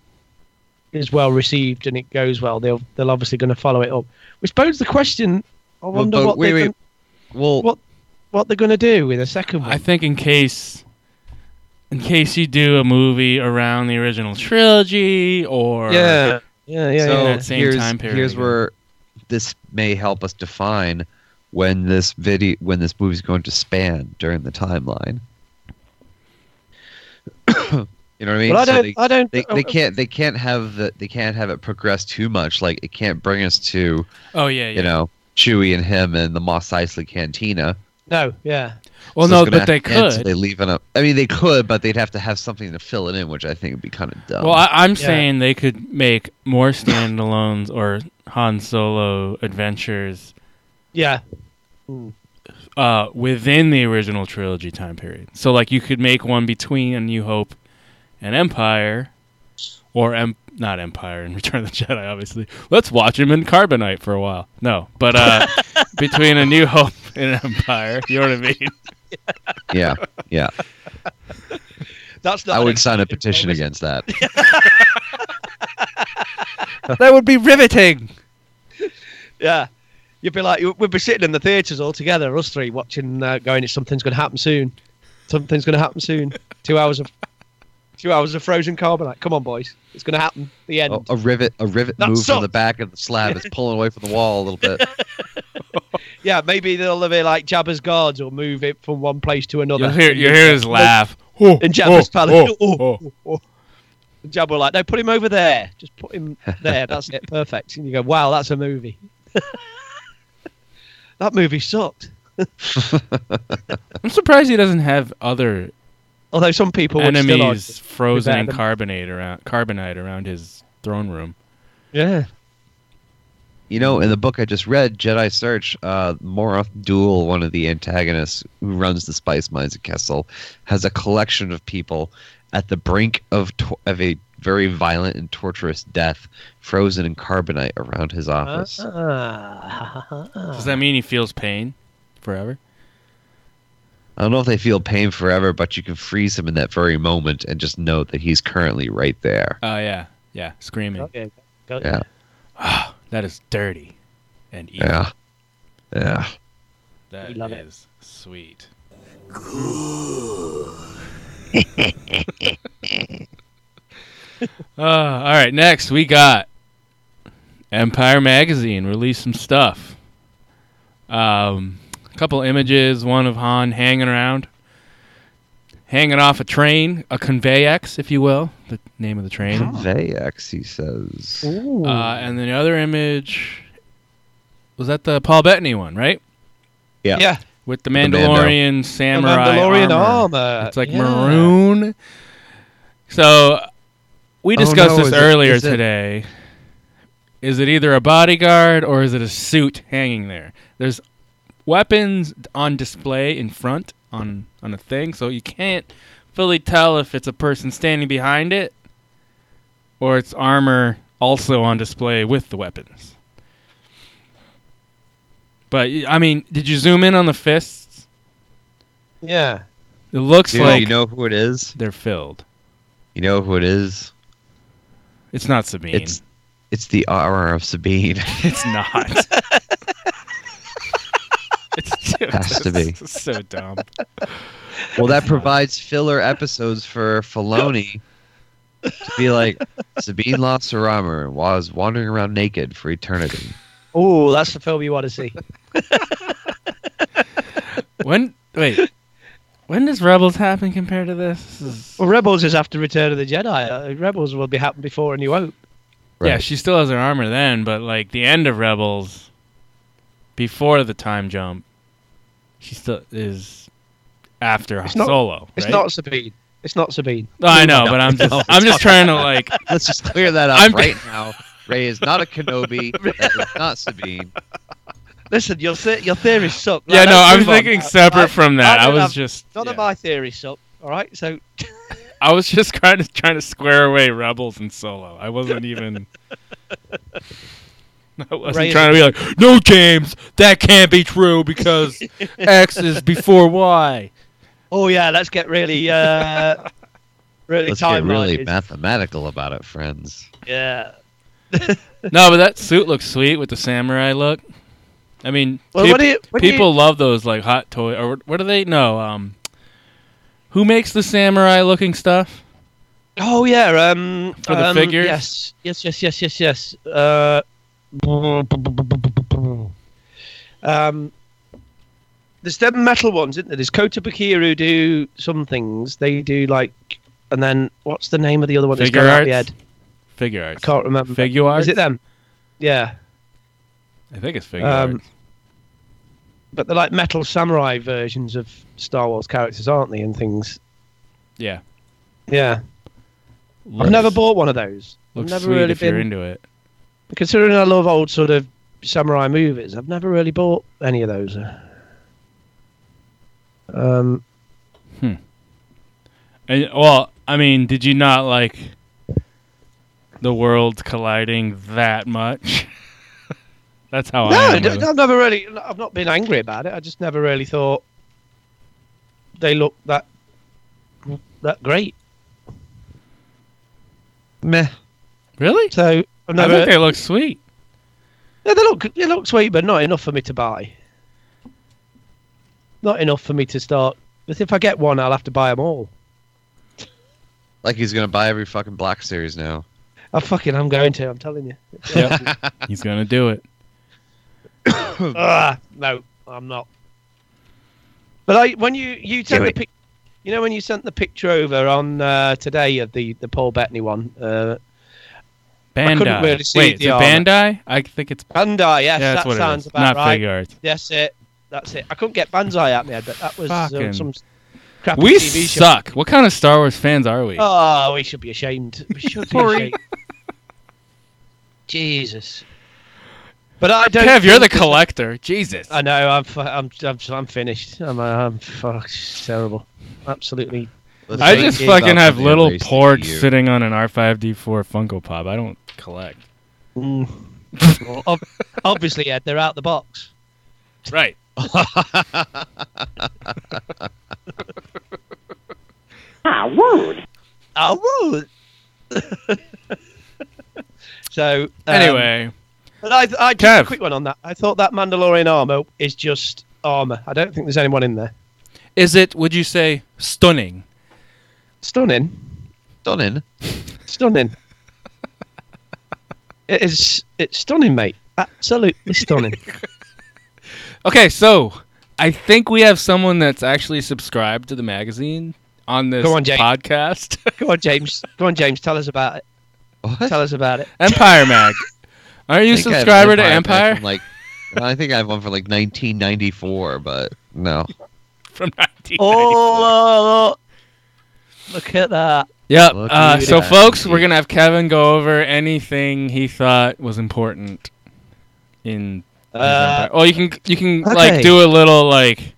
is well received and it goes well, they'll they're obviously going to follow it up. Which poses the question: I
Well,
wonder
but
what,
wait,
they're
wait.
Gonna,
Well,
what what they're going to do with a second one.
I think in case in case you do a movie around the original trilogy or
yeah, yeah, yeah. yeah.
so
that same
here's,
time period
here's
again.
where this may help us define when this video when this movie's going to span during the timeline. you know what I mean?
Well, I
So
don't,
they-
I don't. uh,
they, they can't they can't have the they can't have it progress too much. Like it can't bring us to
Oh yeah, yeah.
you know Chewie and him and the Moss Eisley Cantina.
No, yeah.
well,
So
no,
it's gonna
but they
have to end, so
could.
they leave it up. I mean, they could, but they'd have to have something to fill it in, which I think would be kind of dumb.
well, I, I'm
Yeah.
saying they could make more standalones or Han Solo adventures
Yeah,
uh, within the original trilogy time period. So, like, you could make one between A New Hope and Empire, or em- not Empire and Return of the Jedi, obviously. Let's watch him in Carbonite for a while. No, but uh, between A New Hope and Empire, you know what I mean?
yeah, yeah.
that's not.
I
an
would sign a
exclusive
petition
film, is
against that.
that would be riveting.
it? Yeah, you'd be like, we'd be sitting in the theaters all together, us three, watching, uh, going, "Something's going to happen soon. Something's going to happen soon." two hours of, two hours of frozen carbonite. Come on, boys, it's going to happen. The end.
Oh, a rivet, a rivet
That
move
sucked.
from the back of the slab is pulling away from the wall a little bit.
Yeah, maybe they'll be like Jabba's guards or move it from one place to another.
You'll hear, you'll hear his laugh. Oh,
And Jabba's
oh,
palace.
oh,
Oh,
oh.
oh. And Jabba were like, no, put him over there. Just put him there. That's it. Perfect. And you go, wow, that's a movie. that movie sucked.
I'm surprised he doesn't have other
Although some people would still argue.
enemies frozen
better
in
than-
carbonate around, carbonite around his throne room.
Yeah.
You know, in the book I just read, Jedi Search, uh, Moroth Duel, one of the antagonists who runs the spice mines at Kessel, has a collection of people at the brink of to- of a very violent and torturous death, frozen in carbonite around his office.
Does that mean he feels pain forever?
I don't know if they feel pain forever, but you can freeze him in that very moment and just know that he's currently right there.
Oh yeah, yeah, screaming.
Okay. Go-
Yeah.
That is dirty and evil.
Yeah. Yeah.
That
We love it.
is sweet. uh, all right, next we got Empire Magazine released some stuff. Um, a couple images, one of Han hanging around, hanging off a train, a conveyex, if you will, the name of the train.
Uh-huh.
Vax, he says.
Ooh.
Uh, and then the other image was that the Paul Bettany one, right?
Yeah.
yeah.
with the
Mando.
Mandalorian
The
samurai
Mandalorian
armor.
armor.
It's like
Yeah.
maroon. So we
Oh,
discussed
no,
this
is it-
earlier
is it-
today. Is it either a bodyguard or is it a suit hanging there? There's weapons on display in front on on a thing, so you can't fully tell if it's a person standing behind it or it's armor also on display with the weapons. But y- I mean, did you zoom in on the fists?
Yeah.
It looks
Dude,
like
you know who it is?
they're filled.
You know who it is?
It's not Sabine.
It's it's the armor of Sabine.
It's not. it's dude,
Has to
this
be.
is so dumb.
well, that provides filler episodes for Filoni to be like Sabine lost her armor and was wandering around naked for eternity.
Oh, that's the film you want to see.
When wait, When does Rebels happen compared to this? This is-
Well, Rebels is after Return of the Jedi. Uh, Rebels will be happening before A New Hope.
Yeah, she still has her armor then, but like the end of Rebels, before the time jump, she still is after
It's not-
Solo.
It's
right?
not Sabine. It's not Sabine.
No, I know, but I'm just I'm just trying to like
Let's just clear that up
I'm-
right now. Ray is not a Kenobi. that is not Sabine.
Listen, your th- your theories suck.
yeah no
let's
I'm
move on.
thinking separate from that. I,
don't
was
have-
just
none
yeah.
of my theories suck. All right, so
I was just trying to trying to square away Rebels and Solo. I wasn't even. I wasn't
Ray is-
trying to be like, no, James, that can't be true because X is before Y.
oh yeah, let's get really uh, really
Let's get
time
really mathematical about it, friends.
Yeah.
No, but that suit looks sweet with the samurai look. I mean,
Well,
peop-
what do you- what do you-
people love those like hot toy or what do they know? Um, who makes the samurai looking stuff?
Oh yeah. Um.
For the
um,
figures?
Yes. Yes. Yes. Yes. Yes. Yes. Uh. Um. There's them metal ones, isn't there? There's Kota Bakiru do some things. They do like, and then what's the name of the other one? that's
Figure
gone out
arts?
the head?
Figure arts.
I can't remember.
Figure arts?
Is it them? Yeah.
I think it's figure
Um,
arts.
But they're like metal samurai versions of Star Wars characters, aren't they? And things.
Yeah.
Yeah.
Looks,
I've never bought one of those. I've
Looks
never
sweet
really
if you're
been
into it.
considering I love old sort of samurai movies, I've never really bought any of those. Um,
And, well, I mean, did you not like the worlds colliding that much? That's how
no,
I am.
I
with
don't-
it.
I've never really. I've not been angry about it. I just never really thought they looked that that great.
Meh.
Really?
So I've
I
never.
think they look sweet.
yeah, they look they look sweet, but not enough for me to buy. Not enough for me to start. But if I get one, I'll have to buy them all.
Like he's gonna buy every fucking Black Series now.
I fucking, I'm going to. I'm telling you.
Yep. He's gonna do it.
Ah, no, I'm not. But I, when you you sent the
it.
pic, you know when you sent the picture over on uh, today of the the Paul Bettany one, uh, I couldn't
Bandai.
really see
Wait, is
the
it
armor.
Bandai? I think it's
Bandai. Yes,
yeah, that's
that
what
sounds
it is. Not
about right.
figure arts.
That's it. That's it. I couldn't get Banzai out my head, but that was uh,
Fucking-
some crappy
We
TV show.
suck. What kind of Star Wars fans are we?
Oh, we should be ashamed. We should be ashamed. Jesus. But I don't.
Kev, you're the
think there's-
collector. Jesus.
I know. I'm. fu- I'm. I'm. I'm finished. I'm. uh, I'm. Fuck. it's terrible. Absolutely
Let's
I
take
just
Gabe
fucking
out
have
for the
little
embrace
pork
EU.
sitting on an R5D4 Funko Pop. I don't collect.
Mm. well, ob- obviously, Ed, they're out the box.
Right.
Oh, woo! so um,
Anyway,
but I, I just
Kev.
a quick one on that. I thought that Mandalorian armor is just armor. I don't think there's anyone in there.
is it? Would you say stunning?
Stunning,
Done in.
stunning. it is. It's stunning, mate. Absolutely stunning.
Okay, so I think we have someone that's actually subscribed to the magazine on this
Go on, Jake.
podcast.
Go on, James. Go on, James. Tell us about it.
What?
Tell us about it.
Empire Mag. Are you
I think I have
subscriber
an
to
back
Empire
from, like, I think I have one for like 1994, but no.
from 19?
Oh, look at that.
Yep.
Look
Uh,
at
so,
that.
folks, we're gonna have Kevin go over anything he thought was important in.
Uh,
oh, you can you can
okay.
like do a little like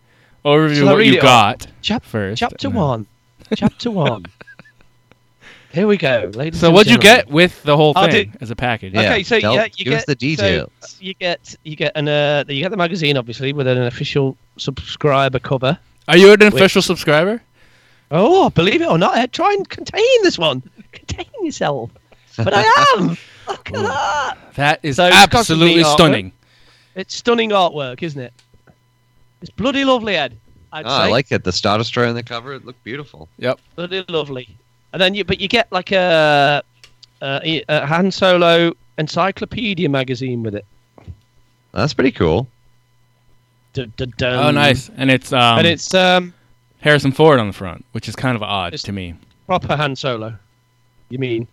overview
Shall
of
I
what
read
you
it
got
Chap-
first.
Chapter
and then-
one. Chapter one. Here we go. Ladies
So,
and
what'd you
gentlemen.
get with the whole
I'll
thing as a package?
Yeah.
Okay, so
tell-
yeah, you
give
get
us the details.
So you get you get an uh, you get the magazine obviously with an official subscriber cover.
Are you an official subscriber?
Oh, believe it or not, Ed, try and contain this one. Contain yourself. But I am. Look at that.
That is
So it's costing
absolutely
me, Arthur.
stunning.
It's stunning artwork, isn't it? It's bloody lovely, Ed. I'd
Oh, I
say.
like it. The Star Destroyer on the cover, it looked beautiful.
bloody lovely. And then you, but you get like a, a, a Han Solo encyclopedia magazine with it.
That's pretty cool.
Dun, dun, dun.
oh, nice. And it's um,
and it's um,
Harrison Ford on the front, which is kind of odd
Just-
to me.
Proper Han Solo. You mean?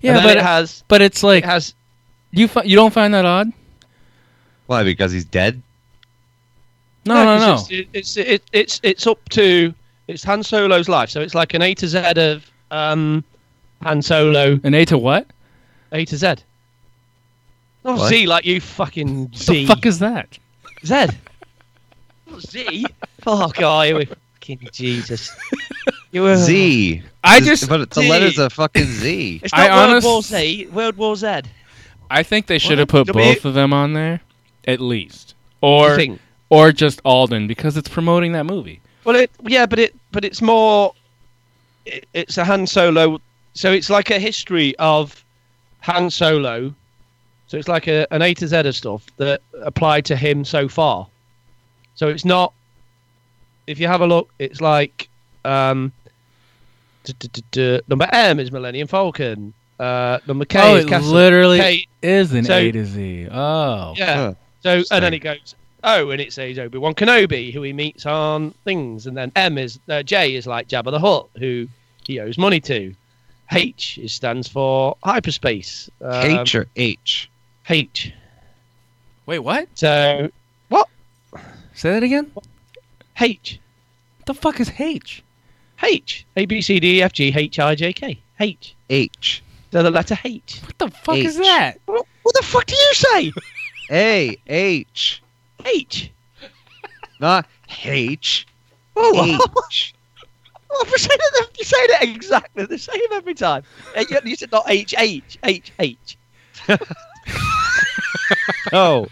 Yeah,
then
but
it has.
But it's like
It has.
you fi- you don't find that odd?
Why? Because he's dead.
No, no,
'cause
no.
It's it's, it, it's it's up to it's Han Solo's life, so it's like an A to Z of um, Han Solo
An A to what?
A to Z. Not
What?
Z like you fucking
What
Z.
the fuck is that?
Z? Not Z? Fuck are you? Fucking Jesus. You were,
Z.
Uh, I
This-
just-
But the
Z.
letters are fucking Z.
It's
I
not World
honest-
War Z. World War Z.
I think they should
Well,
have put
W-
both of them on there, at least, or
thing.
or just Alden because it's promoting that movie.
Well, it yeah, but it but it's more. It, it's a Han Solo, so it's like a history of Han Solo. So it's like a, an A to Z of stuff that applied to him so far. So it's not. If you have a look, it's like um, duh, duh, duh, duh, number M is Millennium Falcon. Uh, number K
oh,
is
it
Castle.
literally
K-
is an
so-
A to Z. Oh,
yeah.
Huh.
So and then it goes, oh, and it says Obi Wan Kenobi, who he meets on things, and then M is uh, J is like Jabba the Hutt, who he owes money to. H is stands for hyperspace. Um,
H or H.
H.
Wait, what?
So
Say that again. What
H
the fuck is H?
H A B C D E F G H I J K H.
H.
So the letter H.
What the fuck is
H.
that?
What, what the fuck do you say?
A. H.
H.
Not H.
Oh,
H.
well, you said it- you said it exactly the same every time. And yet You said not H H H H.
No.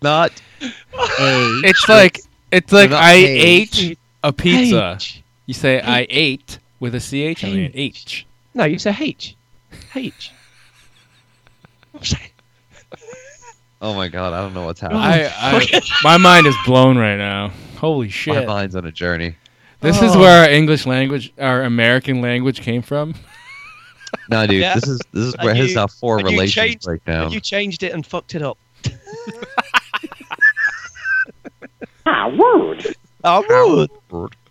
Not A.
It's like it's like
Not
I
H.
ate a pizza.
H.
You say I ate with a ch on the end. H.
H. No, you say H. H. I'm saying-
Oh my god, I don't know what's happening.
I, I my mind is blown right now. Holy
My
shit!
mind's on a journey.
This is where our English language, our American language, came from.
No, dude,
Yeah.
this is this is
And
where his
you-
now four
and you
relations
changed-
break
But
down.
you changed it and fucked it up. Ah, rude. Ah, rude.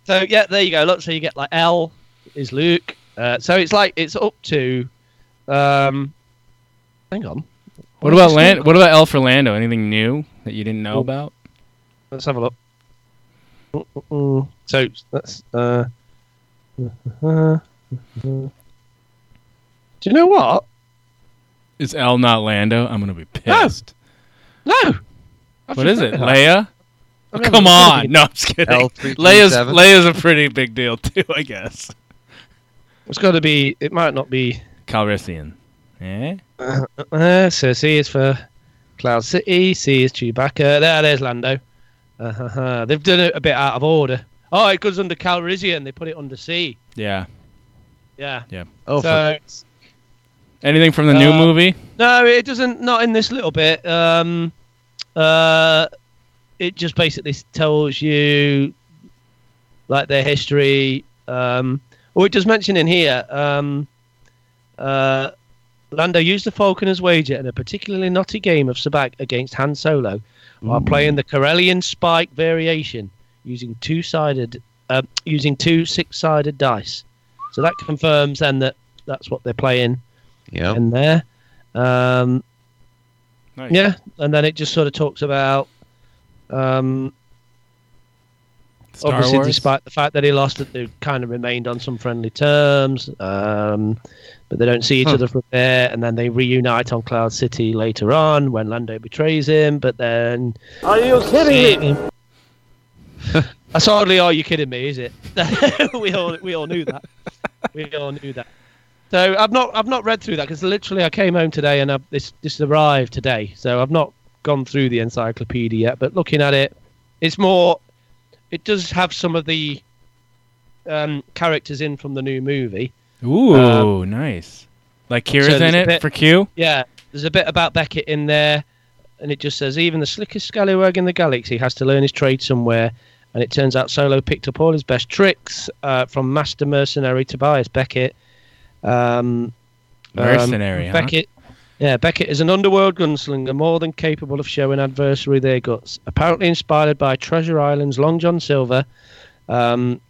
So yeah, there you go. Look, so you get like L is Luke. Uh, so it's like it's up to. Um, hang on.
What
was
about
this
Land?
one?
What about El for Lando? Anything new that you didn't know
Oh.
about?
Let's have a look. Mm-mm-mm. So that's. Uh, do you know what?
Is El not Lando? I'm gonna be pissed.
No. I've
What
just
is it,
read
Leia?
I've never
Come
read
on!
it.
No, I'm just kidding.
L327?
Leia's Leia's a pretty big deal too, I guess.
It's got to be. It might not be.
Calrissian. Eh?
Uh, so C is for Cloud City. C is Chewbacca. There, there's Lando. Uh-huh. They've done it a bit out of order. Oh, it goes under Calrissian. They put it under C.
Yeah.
Yeah.
Oh,
so
Anything from the new
Uh,
movie?
no, it doesn't. Not in this little bit. Um, uh, it just basically tells you like their history. Um, or it does mention in here. Um, uh, Lando used the Falcon as wager in a particularly naughty game of sabacc against Han Solo while playing the Corellian Spike variation using two-sided, uh, using two six-sided dice. So that confirms then that that's what they're playing
yeah.
in there. Um,
Nice.
yeah, and then it just sort of talks about um,
Star
obviously,
Wars?
despite the fact that he lost, that they kind of remained on some friendly terms, um, but they don't see each
Huh.
other for a bit, and then they reunite on Cloud City later on when Lando betrays him. But then, are you kidding me? That's hardly are you kidding me, is it? we all we all knew that. We all knew that. So I've not I've not read through that because literally I came home today and I've, this this arrived today. So I've not gone through the encyclopedia yet. But looking at it, it's more. It does have some of the um, characters in from the new movie. Uh,
Ooh, nice. Like Kira's
there's
in
a
it
bit-
for Q.
Yeah, there's a bit about Beckett in there, and it just says even the slickest scallywag in the galaxy has to learn his trade somewhere. And it turns out Solo picked up all his best tricks uh, from master mercenary Tobias Beckett. Um, um,
Mercenary, huh?
Beckett. Yeah, Beckett is an underworld gunslinger more than capable of showing adversary their guts. Apparently inspired by Treasure Island's Long John Silver, um,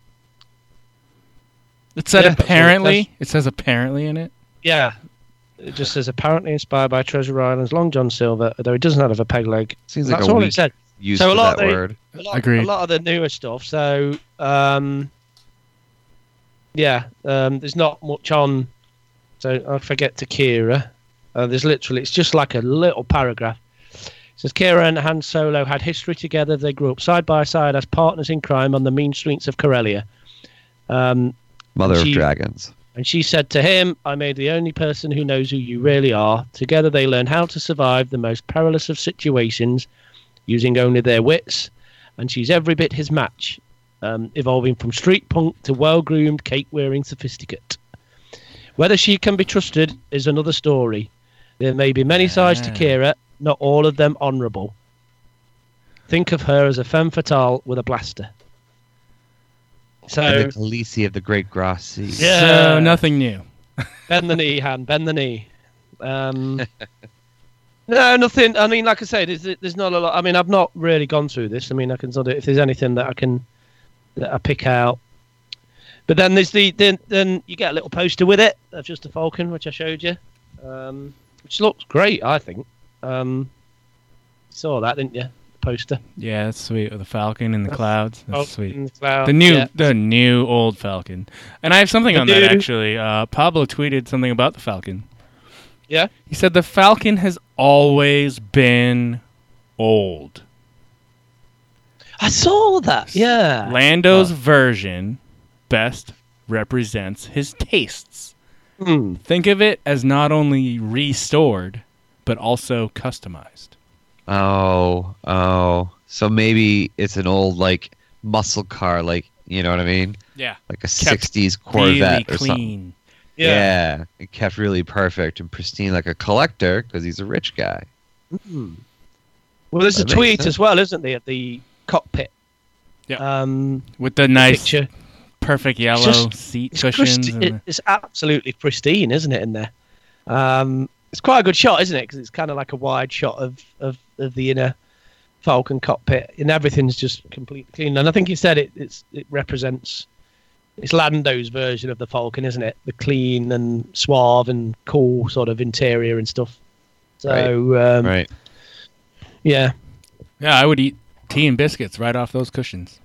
It said
Yeah, that's what it
apparently.
says.
It, says apparently in it.
Yeah. It just says apparently inspired by Treasure Island's Long John Silver, although he doesn't have a peg leg.
Seems like
That's
a
all
weak
it said.
use
So a
of
lot
that
of the-
word.
A lot,
Agreed.
a lot of the newer stuff. So um, yeah, um, there's not much on. So I forget to Kira. Uh, there's literally it's just like a little paragraph. It says Kira and Han Solo had history together. They grew up side by side as partners in crime on the mean streets of Corellia. Um,
Mother of
She-
Dragons.
and she said to him, I may be the only person who knows who you really are. Together they learn how to survive the most perilous of situations using only their wits. And she's every bit his match, um, evolving from street punk to well groomed, cake wearing sophisticate. Whether she can be trusted is another story. There may be many sides to
Ah.
Kira, not all of them honourable. Think of her as a femme fatale with a blaster.
And
So,
the Khaleesi of the Great Grassi.
Yeah.
So nothing new.
bend the knee, Han. Bend the knee. Um, no, nothing. I mean, like I say, there's, there's not a lot. I mean, I've not really gone through this. I mean, I can sort of if there's anything that I can that I pick out. But then there's the then then you get a little poster with it of just a falcon, which I showed you, um, which looks great. I think. Um, saw that, didn't you? The poster.
Yeah, that's sweet. With the Falcon in the clouds.
Oh,
That's sweet.
in the cloud,
The new,
yeah.
the new old Falcon, and I have something
The
on that
new-
actually. Uh, Pablo tweeted something about the Falcon.
Yeah.
He said the Falcon has always been old.
I saw that. Yeah.
Lando's version best represents his tastes.
Hmm.
Think of it as not only restored, but also customized.
Oh, oh. So maybe it's an old like muscle car, like you know what I mean,
Yeah,
like a '60s Corvette
really
or something.
clean.
Yeah. it kept really perfect and pristine, like a collector, because he's a rich guy.
Well, there's a
That makes
tweet
sense.
as well, isn't there? The cockpit.
Yeah.
Um,
with the nice,
picture.
perfect yellow
just-
seat
It's,
cushions.
pristi-
and the-
it's absolutely pristine, isn't it? In there, um, it's quite a good shot, isn't it? Because it's kind of like a wide shot of, of, of the inner Falcon cockpit, and everything's just completely clean. And I think you said it it's, it represents it's Lando's version of the Falcon, isn't it? The clean and suave and cool sort of interior and stuff. So um,
Right.
yeah,
yeah, I would eat tea and biscuits right off those cushions.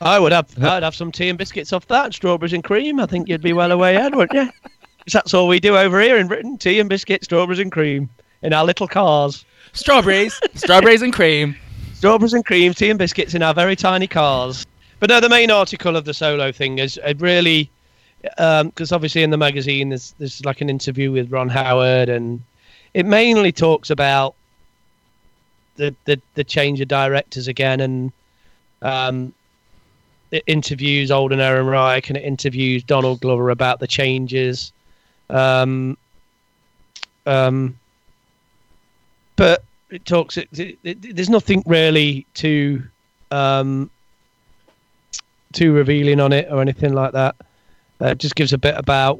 I would have I'd have some tea and biscuits off that, and strawberries and cream. I think you'd be well away ahead, wouldn't you? 'Cause that's all we do over here in Britain: tea and biscuits, strawberries and cream in our little cars.
Strawberries, strawberries and cream.
Strawberries and cream, tea and biscuits in our very tiny cars. But no, the main article of the solo thing is it really because obviously in the magazine there's there's like an interview with Ron Howard, and it mainly talks about the the, the change of directors again, and um, it interviews Olden Aaron Reich and it interviews Donald Glover about the changes. Um, um, but it talks. It, it, it- there's nothing really too um, too revealing on it or anything like that. Uh, it just gives a bit about.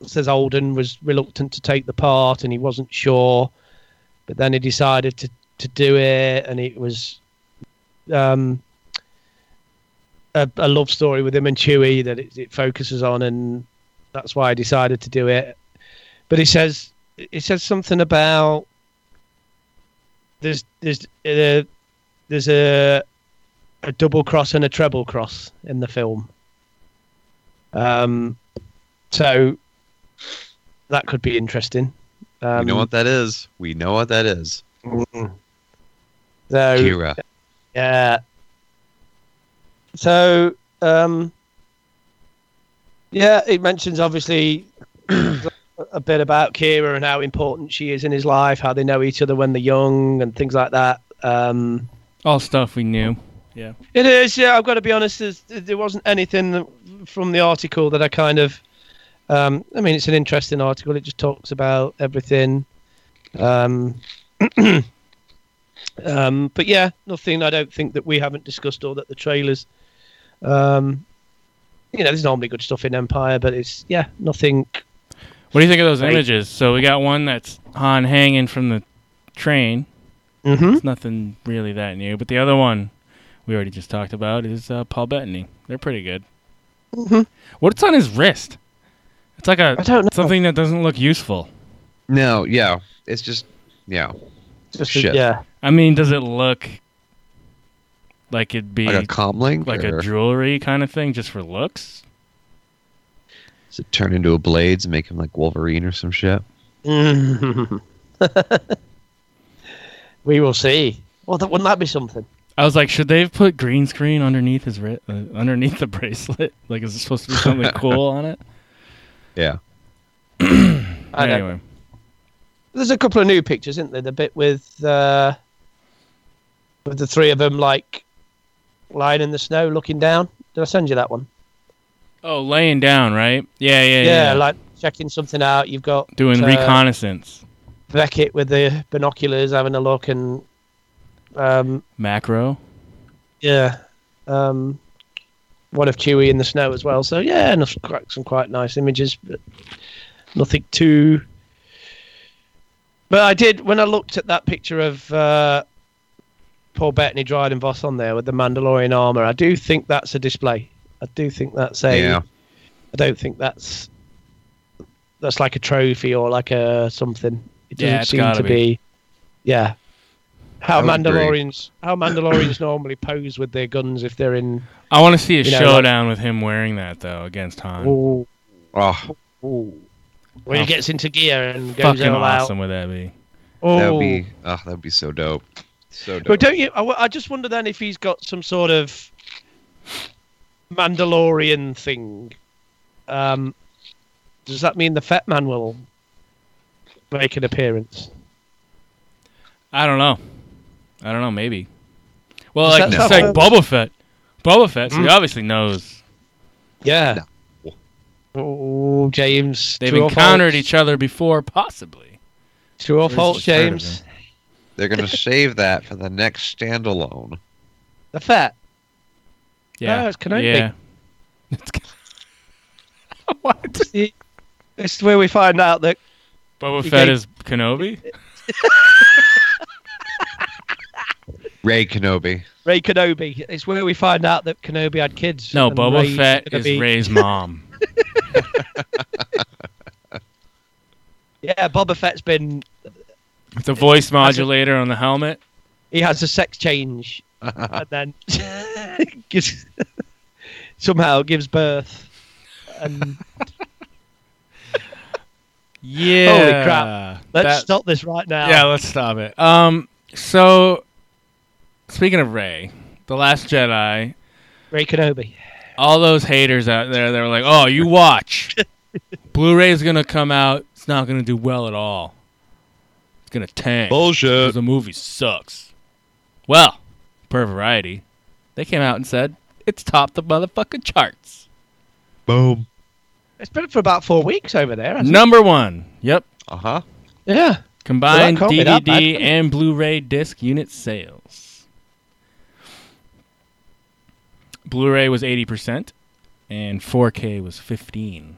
it Says Alden was reluctant to take the part and he wasn't sure, but then he decided to, to do it, and it was um, a, a love story with him and Chewie that it, it focuses on, and that's why I decided to do it. But he says it says something about there's there's uh, there's a a double cross and a treble cross in the film. Um, so that could be interesting. Um,
you know what that is? We know what that is.
so-
Kira.
Yeah. So, um, yeah, it mentions obviously a bit about Kira and how important she is in his life, how they know each other when they're young, and things like that. Um,
All stuff we knew.
it is, yeah. I've got to be honest. There's, there wasn't anything that- from the article that I kind of. Um, I mean, it's an interesting article. It just talks about everything. Um, um, but yeah, nothing. I don't think that we haven't discussed or that the trailers. Um, you know, there's normally good stuff in Empire, but it's yeah, nothing.
What do you think of those
Right.
images? So we got one that's Han hanging from the train.
Mm-hmm.
It's nothing really that new, but the other one we already just talked about is uh, Paul Bettany. They're pretty good.
Mhm.
What's on his wrist? It's like a
I don't know.
something that doesn't look useful.
No, yeah, it's just yeah,
Just
Shit.
yeah.
I mean, does it look like it'd be
like a comm link.
like
or
a jewelry kind of thing just for looks?
does it turn into a blades and make him like Wolverine or some shit?
we will see. Well, that, wouldn't that be something?
I was like, should they have put green screen underneath his wrist, uh, underneath the bracelet? Like, is it supposed to be something cool on it?
Yeah,
I don't
anyway,
There's a couple of new pictures, isn't there? The bit with uh, with the three of them like lying in the snow, looking down. Did I send you that one?
oh, laying down, right? Yeah, yeah, yeah.
Yeah, like checking something out. You've got
doing
uh,
reconnaissance,
Beckett with the binoculars, having a look, and um,
macro.
yeah, um, one of Chewie in the snow as well. So yeah, and some quite, some quite nice images, but nothing too. But I did when I looked at that picture of uh, Paul Bettany, Dryden Voss on there with the Mandalorian armor. I do think that's a display. I do think that's a.
yeah.
I don't think that's that's like a trophy or like a something. It doesn't
Yeah, it's
seem
gotta be.
to be. Yeah. How
I would agree.
Mandalorians how Mandalorians normally pose with their guns if they're in
I want to see a
You know, like-
showdown with him wearing that though against Han.
ooh,
Oh,
ooh. When
How
he gets into gear and goes
Oh. Fucking
all
awesome
out.
would that be?
that
Ooh.
would be oh, that would be so dope. So dope.
But don't you? I, w- I just wonder then if he's got some sort of Mandalorian thing. Um, does that mean the Fat Man will make an appearance?
I don't know. I don't know. Maybe. Well,
Is
like
that Mm.
it's
how-
like Boba Fett. Boba Fett. So he obviously knows.
Yeah. Oh, James.
They've
true or
encountered
false?
each other before, possibly.
True or
Or is
false,
it just heard of
James?
They're gonna save that for the next standalone.
The fat.
Yeah.
No, it's Kenobi.
Yeah. It's Ken- what?
This is where we find out that
Boba
You
Fett
gave-
is Kenobi.
Ray Kenobi.
Ray Kenobi. It's where we find out that Kenobi had kids.
No,
and
Boba
Rey's
Fett
gonna
is
be-
Ray's mom.
Yeah, Boba Fett's been.
It's a voice modulator on the helmet.
He has a sex change, and then gives, somehow gives birth. And
Yeah.
let's
That-
stop this right now.
Yeah, let's stop it. Um. So, speaking of Ray, the Last Jedi,
Ray Kenobi.
all those haters out there, they're like, "Oh, you watch, Blu-ray's gonna come out. It's not gonna do well at all. It's gonna tank.
Bullshit.
'cause the movie sucks." Well, per Variety, they came out and said it's topped the motherfucking charts.
Boom.
It's been for about four weeks over there. hasn't
Number one. Yep.
Uh huh.
it? Yeah.
Combined
can't be that
DVD
bad.
and Blu-ray disc unit sales. Blu-ray was 80% and 4K was 15.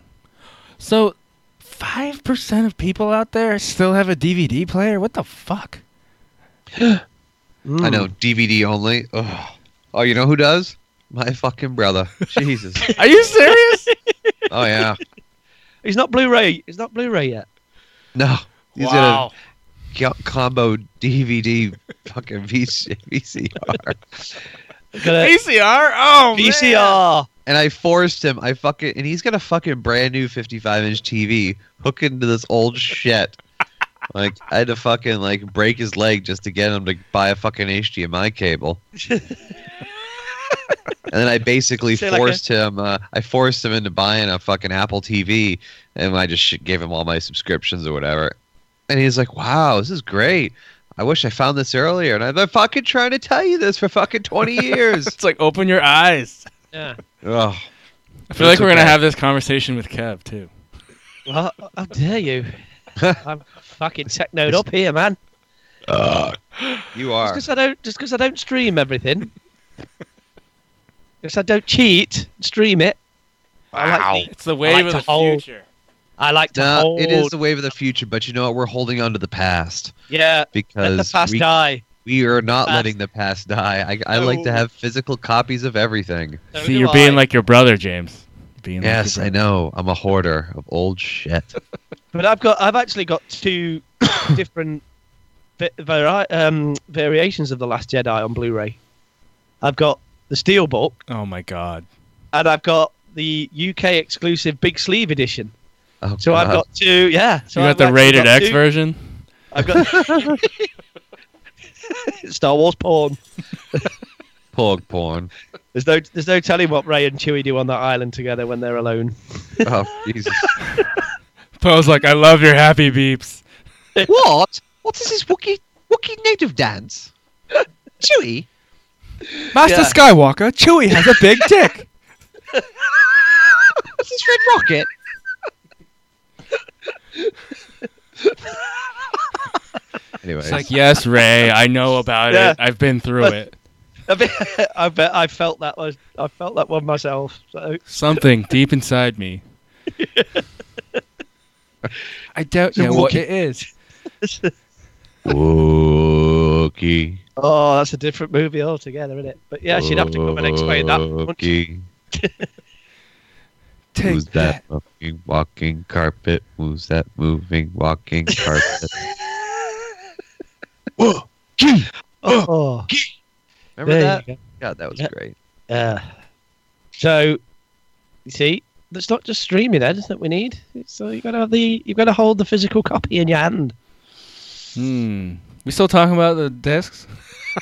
So 5% of people out there still have a DVD player? What the fuck?
I know DVD only. Ugh. Oh, you know who does? My fucking brother. Jesus.
Are you serious?
Oh yeah.
He's not Blu-ray. He's not Blu-ray yet.
No. He's wow. in a co- combo DVD fucking VC- VCR.
Gonna-
VCR? Oh,
VCR.
And I forced him. I fucking and he's got a fucking brand new 55 inch TV hooked into this old shit. Like I had to fucking like break his leg just to get him to buy a fucking HDMI cable. and then I basically
Say like a-
forced him. Uh, I forced him into buying a fucking Apple TV, and I just sh- gave him all my subscriptions or whatever. And he's like, "Wow, this is great." I wish I found this earlier, and I've been fucking trying to tell you this for fucking twenty years.
It's like open your eyes.
Yeah.
Ugh.
I feel like
It's
we're going to
okay.
have this conversation with Kev too.
Well, how dare you? I'm fucking technoed up here, man.
You
Just
are.
because I don't, just 'cause I don't stream everything. Just I don't cheat, stream it. I like,
It's the wave
like
of
to
the
hold-
future.
I like to
No,
hold.
it is the wave of the future, but you know what? We're holding on to the past
Yeah, let the
because
past
we,
die.
we are not
Past.
letting the past die. I, I like to
No.
have physical copies of everything.
So
See,
do
you're
I.
being like your brother, James.
Being
yes,
lucky,
I know. I'm a hoarder of old shit.
But I've got I've actually got two different va- vari- um, variations of the Last Jedi on Blu-ray. I've got the steelbook
Oh my god.
and I've got the UK exclusive big sleeve edition.
Oh,
So I've
God.
got two. Yeah. So
Uh-huh. you
I've
got the
actually
rated
got
X
two-
version?
I've got Star Wars porn.
Pog porn.
There's no there's no telling what Ray and Chewie do on that island together when they're alone.
Oh, Jesus.
Poe's like, I love your happy beeps.
what? What is this Wookie Wookie native dance? Chewy.
Master
Yeah.
Skywalker, Chewie has a big dick.
What's this red rocket? Anyways,
It's like, yes, Ray, I know about
Yeah.
it. I've been through
But-
it.
I bet I, bet I felt that was I felt that one myself. So
Something deep inside me. I don't know what it is.
Wookie.
oh, that's a different movie altogether, isn't it? But yeah, she'd have to come and explain that. wouldn't she?
Wookie. Who's that fucking walking carpet? Who's that moving walking carpet?
Oh,
Remember
there
that?
you
God, that was
Yeah.
great.
go. Yeah. Uh, so you see, it's not just streaming then that we need. So you gotta have the you gotta hold the physical copy in your hand.
Hmm. We still talking about the discs?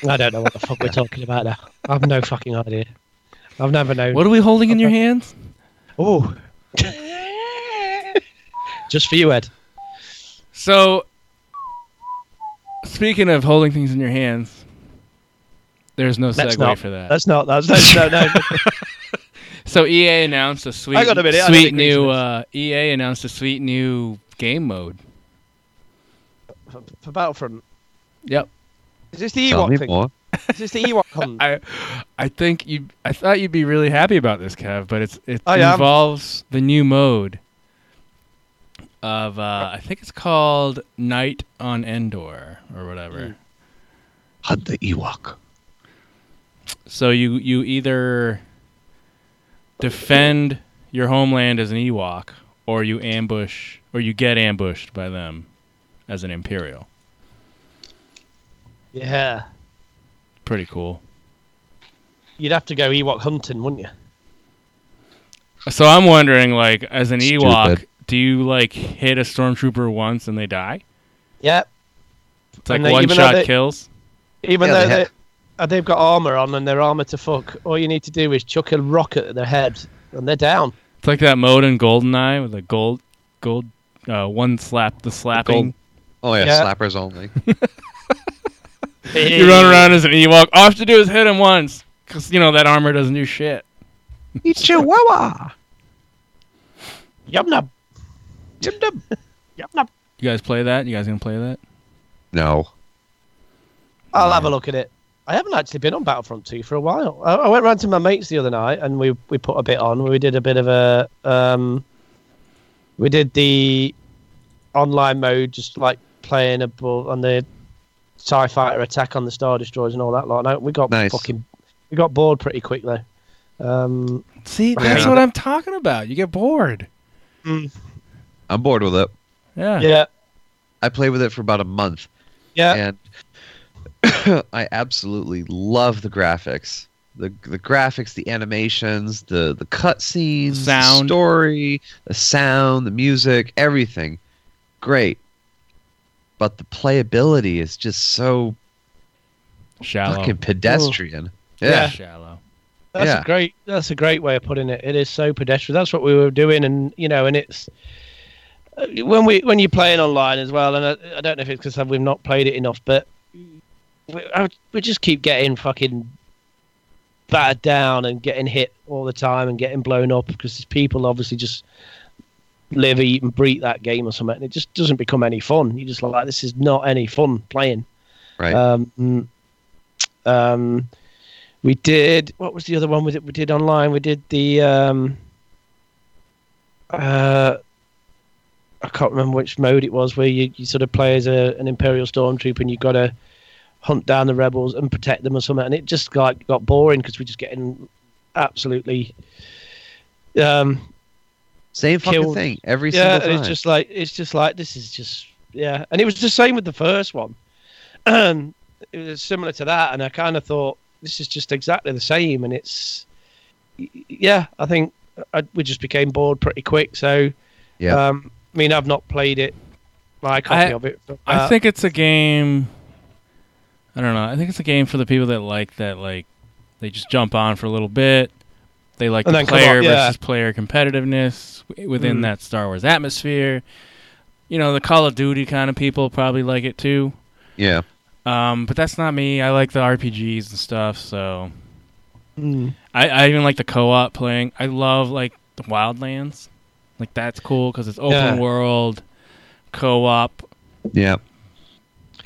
I don't know what the fuck we're talking about now. I've no fucking idea. I've never known.
What are we holding in your hands?
Oh. Just for you, Ed.
So, speaking of holding things in your hands, there's no
That's
segue
not-
for that.
That's not. That's no, no, no.
So EA announced a sweet,
Hang on a minute, I don't
sweet
agree to
new
this.
uh, EA announced a sweet new game mode.
for, for Battlefront.
Yep.
Is this the
Tell me
Ewok thing?
more.
Is this the Ewok con?
I I think you I thought you'd be really happy about this, Kev, but it's it
I am.
involves the new mode of uh, I think it's called Night on Endor or whatever.
Hunt the Ewok.
So you you either defend your homeland as an Ewok, or you ambush, or you get ambushed by them as an Imperial.
Yeah.
Pretty cool.
You'd have to go Ewok hunting, wouldn't you?
So I'm wondering, like, as an
Stupid.
Ewok, do you like hit a stormtrooper once and they die?
Yeah.
It's like
And they-
one
even though
shot
they-
kills.
Even
Yeah,
though
they
they
ha-
uh, they've got armor on and their armor to fuck, all you need to do is chuck a rocket at their head and they're down.
It's like that mode in Goldeneye with the gold, gold, uh, one slap, the slapping.
Oh yeah,
Yeah.
slappers only.
You run around as an Ewok. All you have to do is hit him once, because you know that armor doesn't do shit.
Eat Chihuahua.
Yum nub. Yum nub. Yum nub.
You guys play that? You guys gonna play that?
No.
I'll have a look at it. I haven't actually been on Battlefront 2 for a while. I, I went round to my mates the other night and we, we put a bit on. We did a bit of a. Um, we did the online mode, just like playing a bull on the TIE fighter attack on the Star Destroyers and all that lot. And we got
Nice.
fucking. We got bored pretty quick though. Um,
See,
that's
that's
Yeah.
what
what
I'm talking about. You get bored.
I'm bored with it.
Yeah.
yeah.
I played with it for about a month,
Yeah.
and I absolutely love the graphics. The, the graphics, the animations, the the cutscenes,
Sound.
the story, the sound, the music, everything, great. But the playability is just so
Shallow.
fucking pedestrian.
Oh. Yeah.
Shallow.
That's
Yeah.
a great. That's a great way of putting it. It is so pedestrian. That's what we were doing, and you know, and it's uh, when we when you're playing online as well. And I, I don't know if it's because we've not played it enough, but we, I, would- we just keep getting fucking battered down and getting hit all the time and getting blown up because people obviously just live, eat, and breathe that game or something. And it just doesn't become any fun. You just like this is not any fun playing.
Right.
Um, mm, um, we did. What was the other one? Was it we did online? We did the. Um, uh, I can't remember which mode it was where you, you sort of play as a, an Imperial Stormtrooper and you've got to hunt down the rebels and protect them or something. And it just like got boring because we're just getting absolutely Um,
Same fucking thing every
yeah,
single
and
time.
it's just like it's just like this is just yeah, and it was the same with the first one. it was similar to that, and I kind of thought this is just exactly the same, and it's y- yeah, I think uh, I, we just became bored pretty quick. So
Yeah.
um, I mean, I've not played it. My copy
I-
of it. but,
I
uh,
think it's a game. I don't know. I think it's a game for the people that like that. Like, they just jump on for a little bit. They like
And
the
then come off,
player
yeah.
versus player competitiveness w- within
Mm.
that Star Wars atmosphere. You know, the Call of Duty kind of people probably like it too.
Yeah.
Um, but that's not me. I like the RPGs and stuff. So
Mm.
I, I even like the co-op playing. I love like the Wildlands. Like that's cool because it's open
Yeah.
world, co-op
Yeah.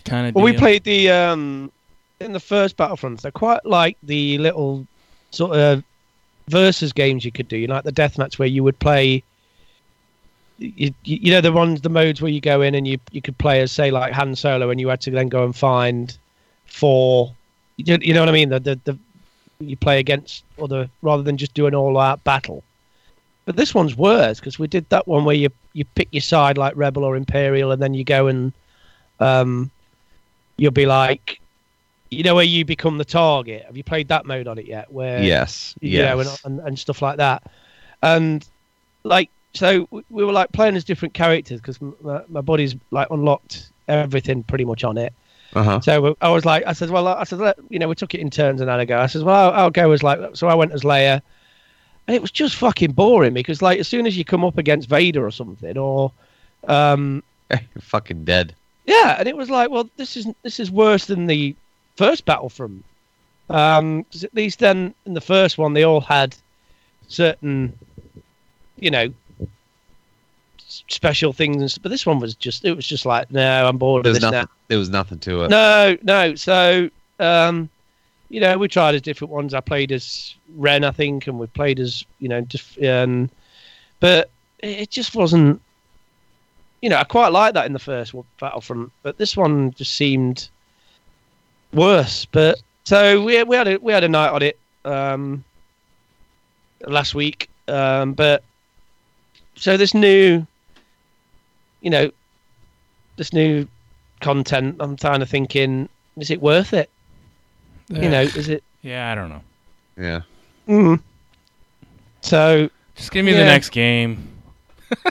kind of.
Well, we played the um, in the first Battlefronts. They're quite like the little sort of versus games you could do, you know, like the deathmatch where you would play. You, you you know the ones, the modes where you go in and you you could play as say like Han Solo, and you had to then go and find four. You, don't- you know what I mean? The, the the you play against other rather than just do an all-out battle. But this one's worse because we did that one where you you pick your side like Rebel or Imperial, and then you go and um, you'll be like, you know, where you become the target. Have you played that mode on it yet? Where
Yes,
you know, and,
yes.
and and stuff like that, and like so w- we were like playing as different characters because my, my body's like unlocked everything pretty much on it.
Uh-huh.
So I was like, I said, well, I said, let, you know, we took it in turns and had a go. I said, well, I'll, I'll go as like, so I went as Leia, and it was just fucking boring because like as soon as you come up against Vader or something, or um,
You're fucking dead.
yeah, and it was like, well, this is this is worse than the first Battlefront. Um, 'cause at least then in the first one they all had certain, you know, s- special things, and s- but this one was just it was just like, no, I'm bored of
There's
this
nothing.
now.
There was nothing to it.
No, no. So, um, you know, we tried as different ones. I played as Ren, I think, and we played as you know, just um, but it it just wasn't. You know, I quite liked that in the first one, Battlefront, but this one just seemed worse. But so we we had a, we had a night on it um, last week, um, but so this new, you know, this new content. I'm kind of thinking, is it worth it? You know, is it?
Yeah, I don't know.
Yeah.
Mm. So
Just give me
Yeah.
the next game.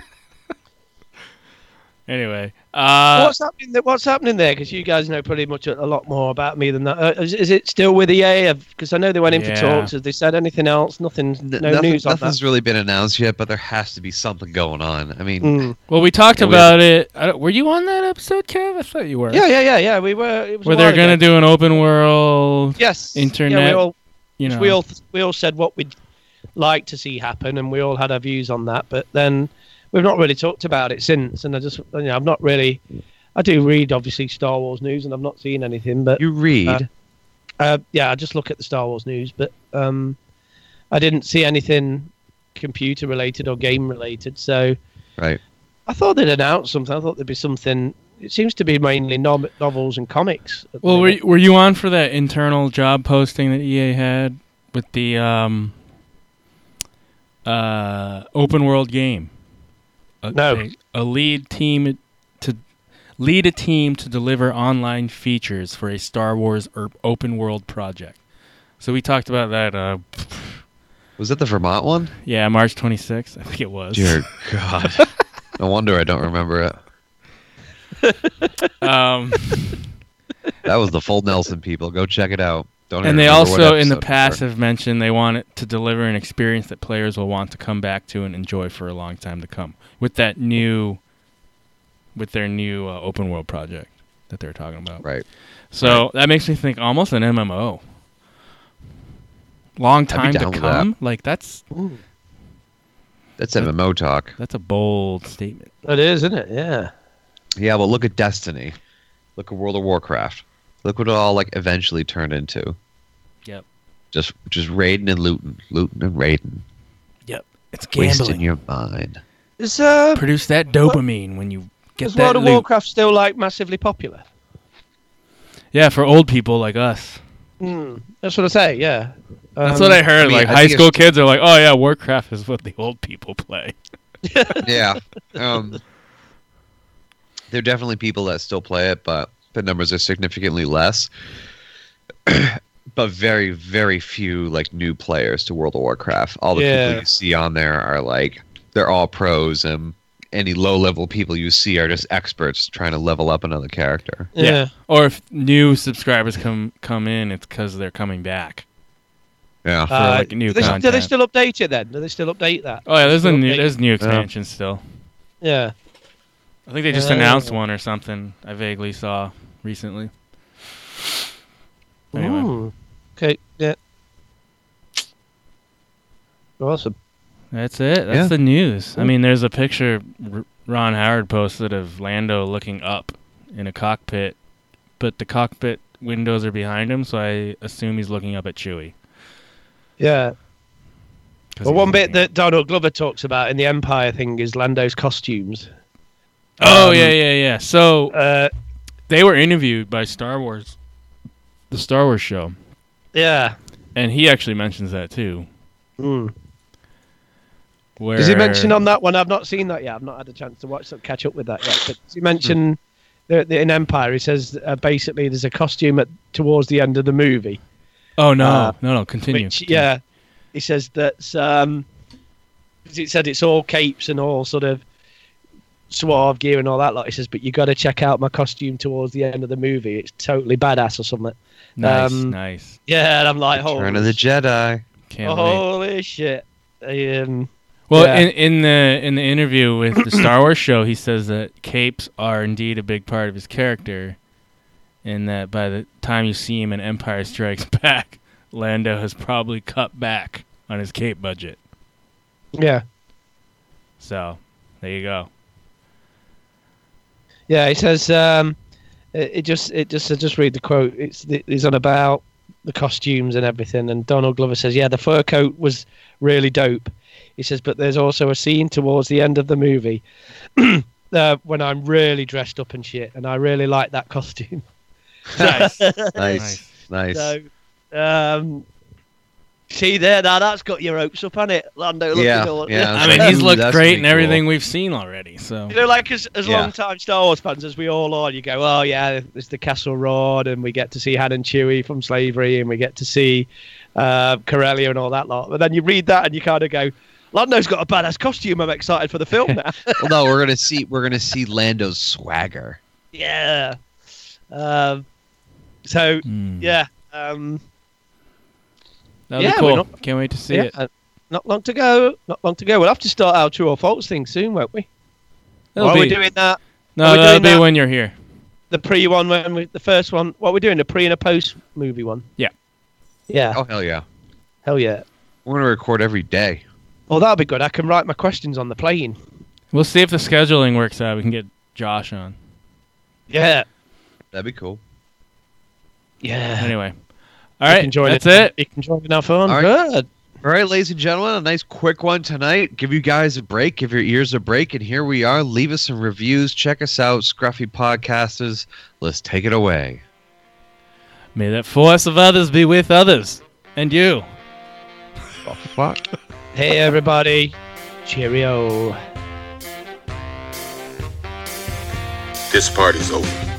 anyway, uh,
what's happening? There, what's happening there? Because you guys know pretty much a a lot more about me than that. Uh, is, is it still with E EA? Because I know they went in
Yeah.
for talks. Have they said anything else? Nothing.
N-
no
nothing-
news on
Nothing's
that.
really been announced yet, but there has to be something going on. I mean,
Mm.
well, we talked
Yeah, we-
about it. I don't, were you on that episode, Kev? I thought you were.
Yeah, yeah, yeah, yeah. We were. It was a
Where they're
while ago.
gonna do an open world.
yes Yeah,
internet,
we all,
You know,
we all we all said what we'd like to see happen, and we all had our views on that. But then we've not really talked about it since. And I just, you know, I've not really. I do read obviously Star Wars news, and I've not seen anything. But
you read.
Uh, uh, yeah, I just look at the Star Wars news, but um, I didn't see anything computer related or game related. So
right.
I thought they'd announce something. I thought there'd be something. It seems to be mainly no- novels and comics. at the
Well, were
minute.
you, were you on for that internal job posting that EA had with the um, uh, open world game? A,
No.
a, a lead team to lead a team to deliver online features for a Star Wars er, open world project. So we talked about that. Uh,
Was that the Vermont one?
yeah, March 26th, I think it was.
Dear God. No wonder I don't remember it.
Um,
That was the full Nelson people. Go check it out. Don't. even
and they
remember what
also, in the
episode we
past,
were.
have mentioned they want it to deliver an experience that players will want to come back to and enjoy for a long time to come. With that new, with their new uh, open world project that they're talking about.
Right.
So that makes me think almost an MMO. Long time to
down with that.
come. Like that's
That's MMO talk.
that's a bold statement.
It is, isn't it? Yeah.
Yeah, but look at Destiny. Look at World of Warcraft. Look what it all like eventually turned into.
Yep.
Just just raiding and looting, looting and raiding,
Yep. It's
wasting your mind.
Is uh,
Produce that dopamine when you get
is
that
World of
loot.
Warcraft still like massively popular?
Yeah, for old people like us.
Hmm, Mm, that's what I say. Yeah.
That's
Um,
what I heard.
I mean,
like
I
high
think
school
it's-
kids are like, "Oh yeah, Warcraft is what the old people play."
yeah. Um, there are definitely people that still play it, but the numbers are significantly less. but very, very few like new players to World of Warcraft. All the
Yeah.
people you see on there are like they're all pros, and any low level people you see are just experts trying to level up another character.
Yeah.
Or if new subscribers come come in, it's because they're coming back.
Yeah.
for,
Uh,
like, new
do, they, do they
content.
still update it then? Do they still update that?
Oh yeah, there's a
Still
new
update-
there's new expansion still.
Yeah.
I think they just
Yeah.
announced one or something. I vaguely saw recently. Anyway.
Ooh. Okay. Yeah. Awesome.
That's it. That's
Yeah.
the news. I mean, there's a picture R- Ron Howard posted of Lando looking up in a cockpit, but the cockpit windows are behind him, so I assume he's looking up at Chewie.
Yeah.
'Cause
Well,
he's
one bit
looking up.
that Donald Glover talks about in the Empire thing is Lando's costumes.
Oh
um,
yeah, yeah, yeah. So
Uh,
they were interviewed by Star Wars, the Star Wars show,
yeah.
and he actually mentions that too.
Mm.
Where
Does he mention on that one? I've not seen that yet. I've not had a chance to watch that, catch up with that yet. But does he mention
Hmm.
that that in Empire? He says uh, basically there's a costume at towards the end of the movie,
Oh no,
uh,
no, no. Continue.
which
continue.
yeah, he says that's um, 'cause it said it's all capes and all sort of suave gear and all that lot. He says, but you got to check out my costume towards the end of the movie. It's totally badass or something.
Nice,
um,
nice.
Yeah, and I'm like,
Return of
holy,
the Jedi.
Can't
oh,
wait.
holy shit. Um,
Well,
Yeah.
in, in the in the interview with the Star Wars show, he says that capes are indeed a big part of his character, and that by the time you see him in Empire Strikes Back, Lando has probably cut back on his cape budget.
yeah.
So, there you go.
Yeah, it says um, it, it just it just I just read the quote. It's it's on about the costumes and everything. And Donald Glover says, "Yeah, the fur coat was really dope." He says, "But there's also a scene towards the end of the movie uh, when I'm really dressed up and shit, and I really like that costume."
Nice,
Nice, nice.
So, um, see there, now that's got your hopes up on it, Lando. Looking
Yeah,
all,
yeah.
I mean, he's looked
That's
great
pretty
in everything
cool.
we've seen already. So,
You know, like as, as
Yeah.
long-time Star Wars fans as we all are, you go, oh yeah, there's the Castle Road, and we get to see Han and Chewie from slavery, and we get to see uh, Corellia and all that lot. But then you read that and you kind of go, Lando's got a badass costume. I'm excited for the film now.
well, no, we're gonna see we're gonna see Lando's swagger.
yeah. Um, so
Hmm.
yeah, um,
that'll
yeah,
be
we're
cool.
not-
Can't wait to see
yeah,
it.
uh, not long to go. Not long to go. We'll have to start our true or false thing soon, won't we?
That'll
While
be,
we're doing that,
no,
are we
that'll
doing
be
that?
when you're here.
the pre one when we, the first one. What we're doing, the pre and a post movie one.
Yeah.
Yeah.
Oh hell yeah.
Hell yeah.
We're gonna record every day.
Well, that'll be good. I can write my questions on the plane.
We'll see if the scheduling works out. We can get Josh on.
Yeah.
That'd be cool.
Yeah.
Anyway, all right,
you can join
that's
in-
it.
You can join in our phone.
All right.
Good.
All right, ladies and gentlemen, a nice quick one tonight. Give you guys a break, give your ears a break, and here we are. Leave us some reviews. Check us out, Scruffy Podcasters. Let's take it away.
May that force of others be with others and you.
Fuck.
Hey, everybody. Cheerio.
This party's over.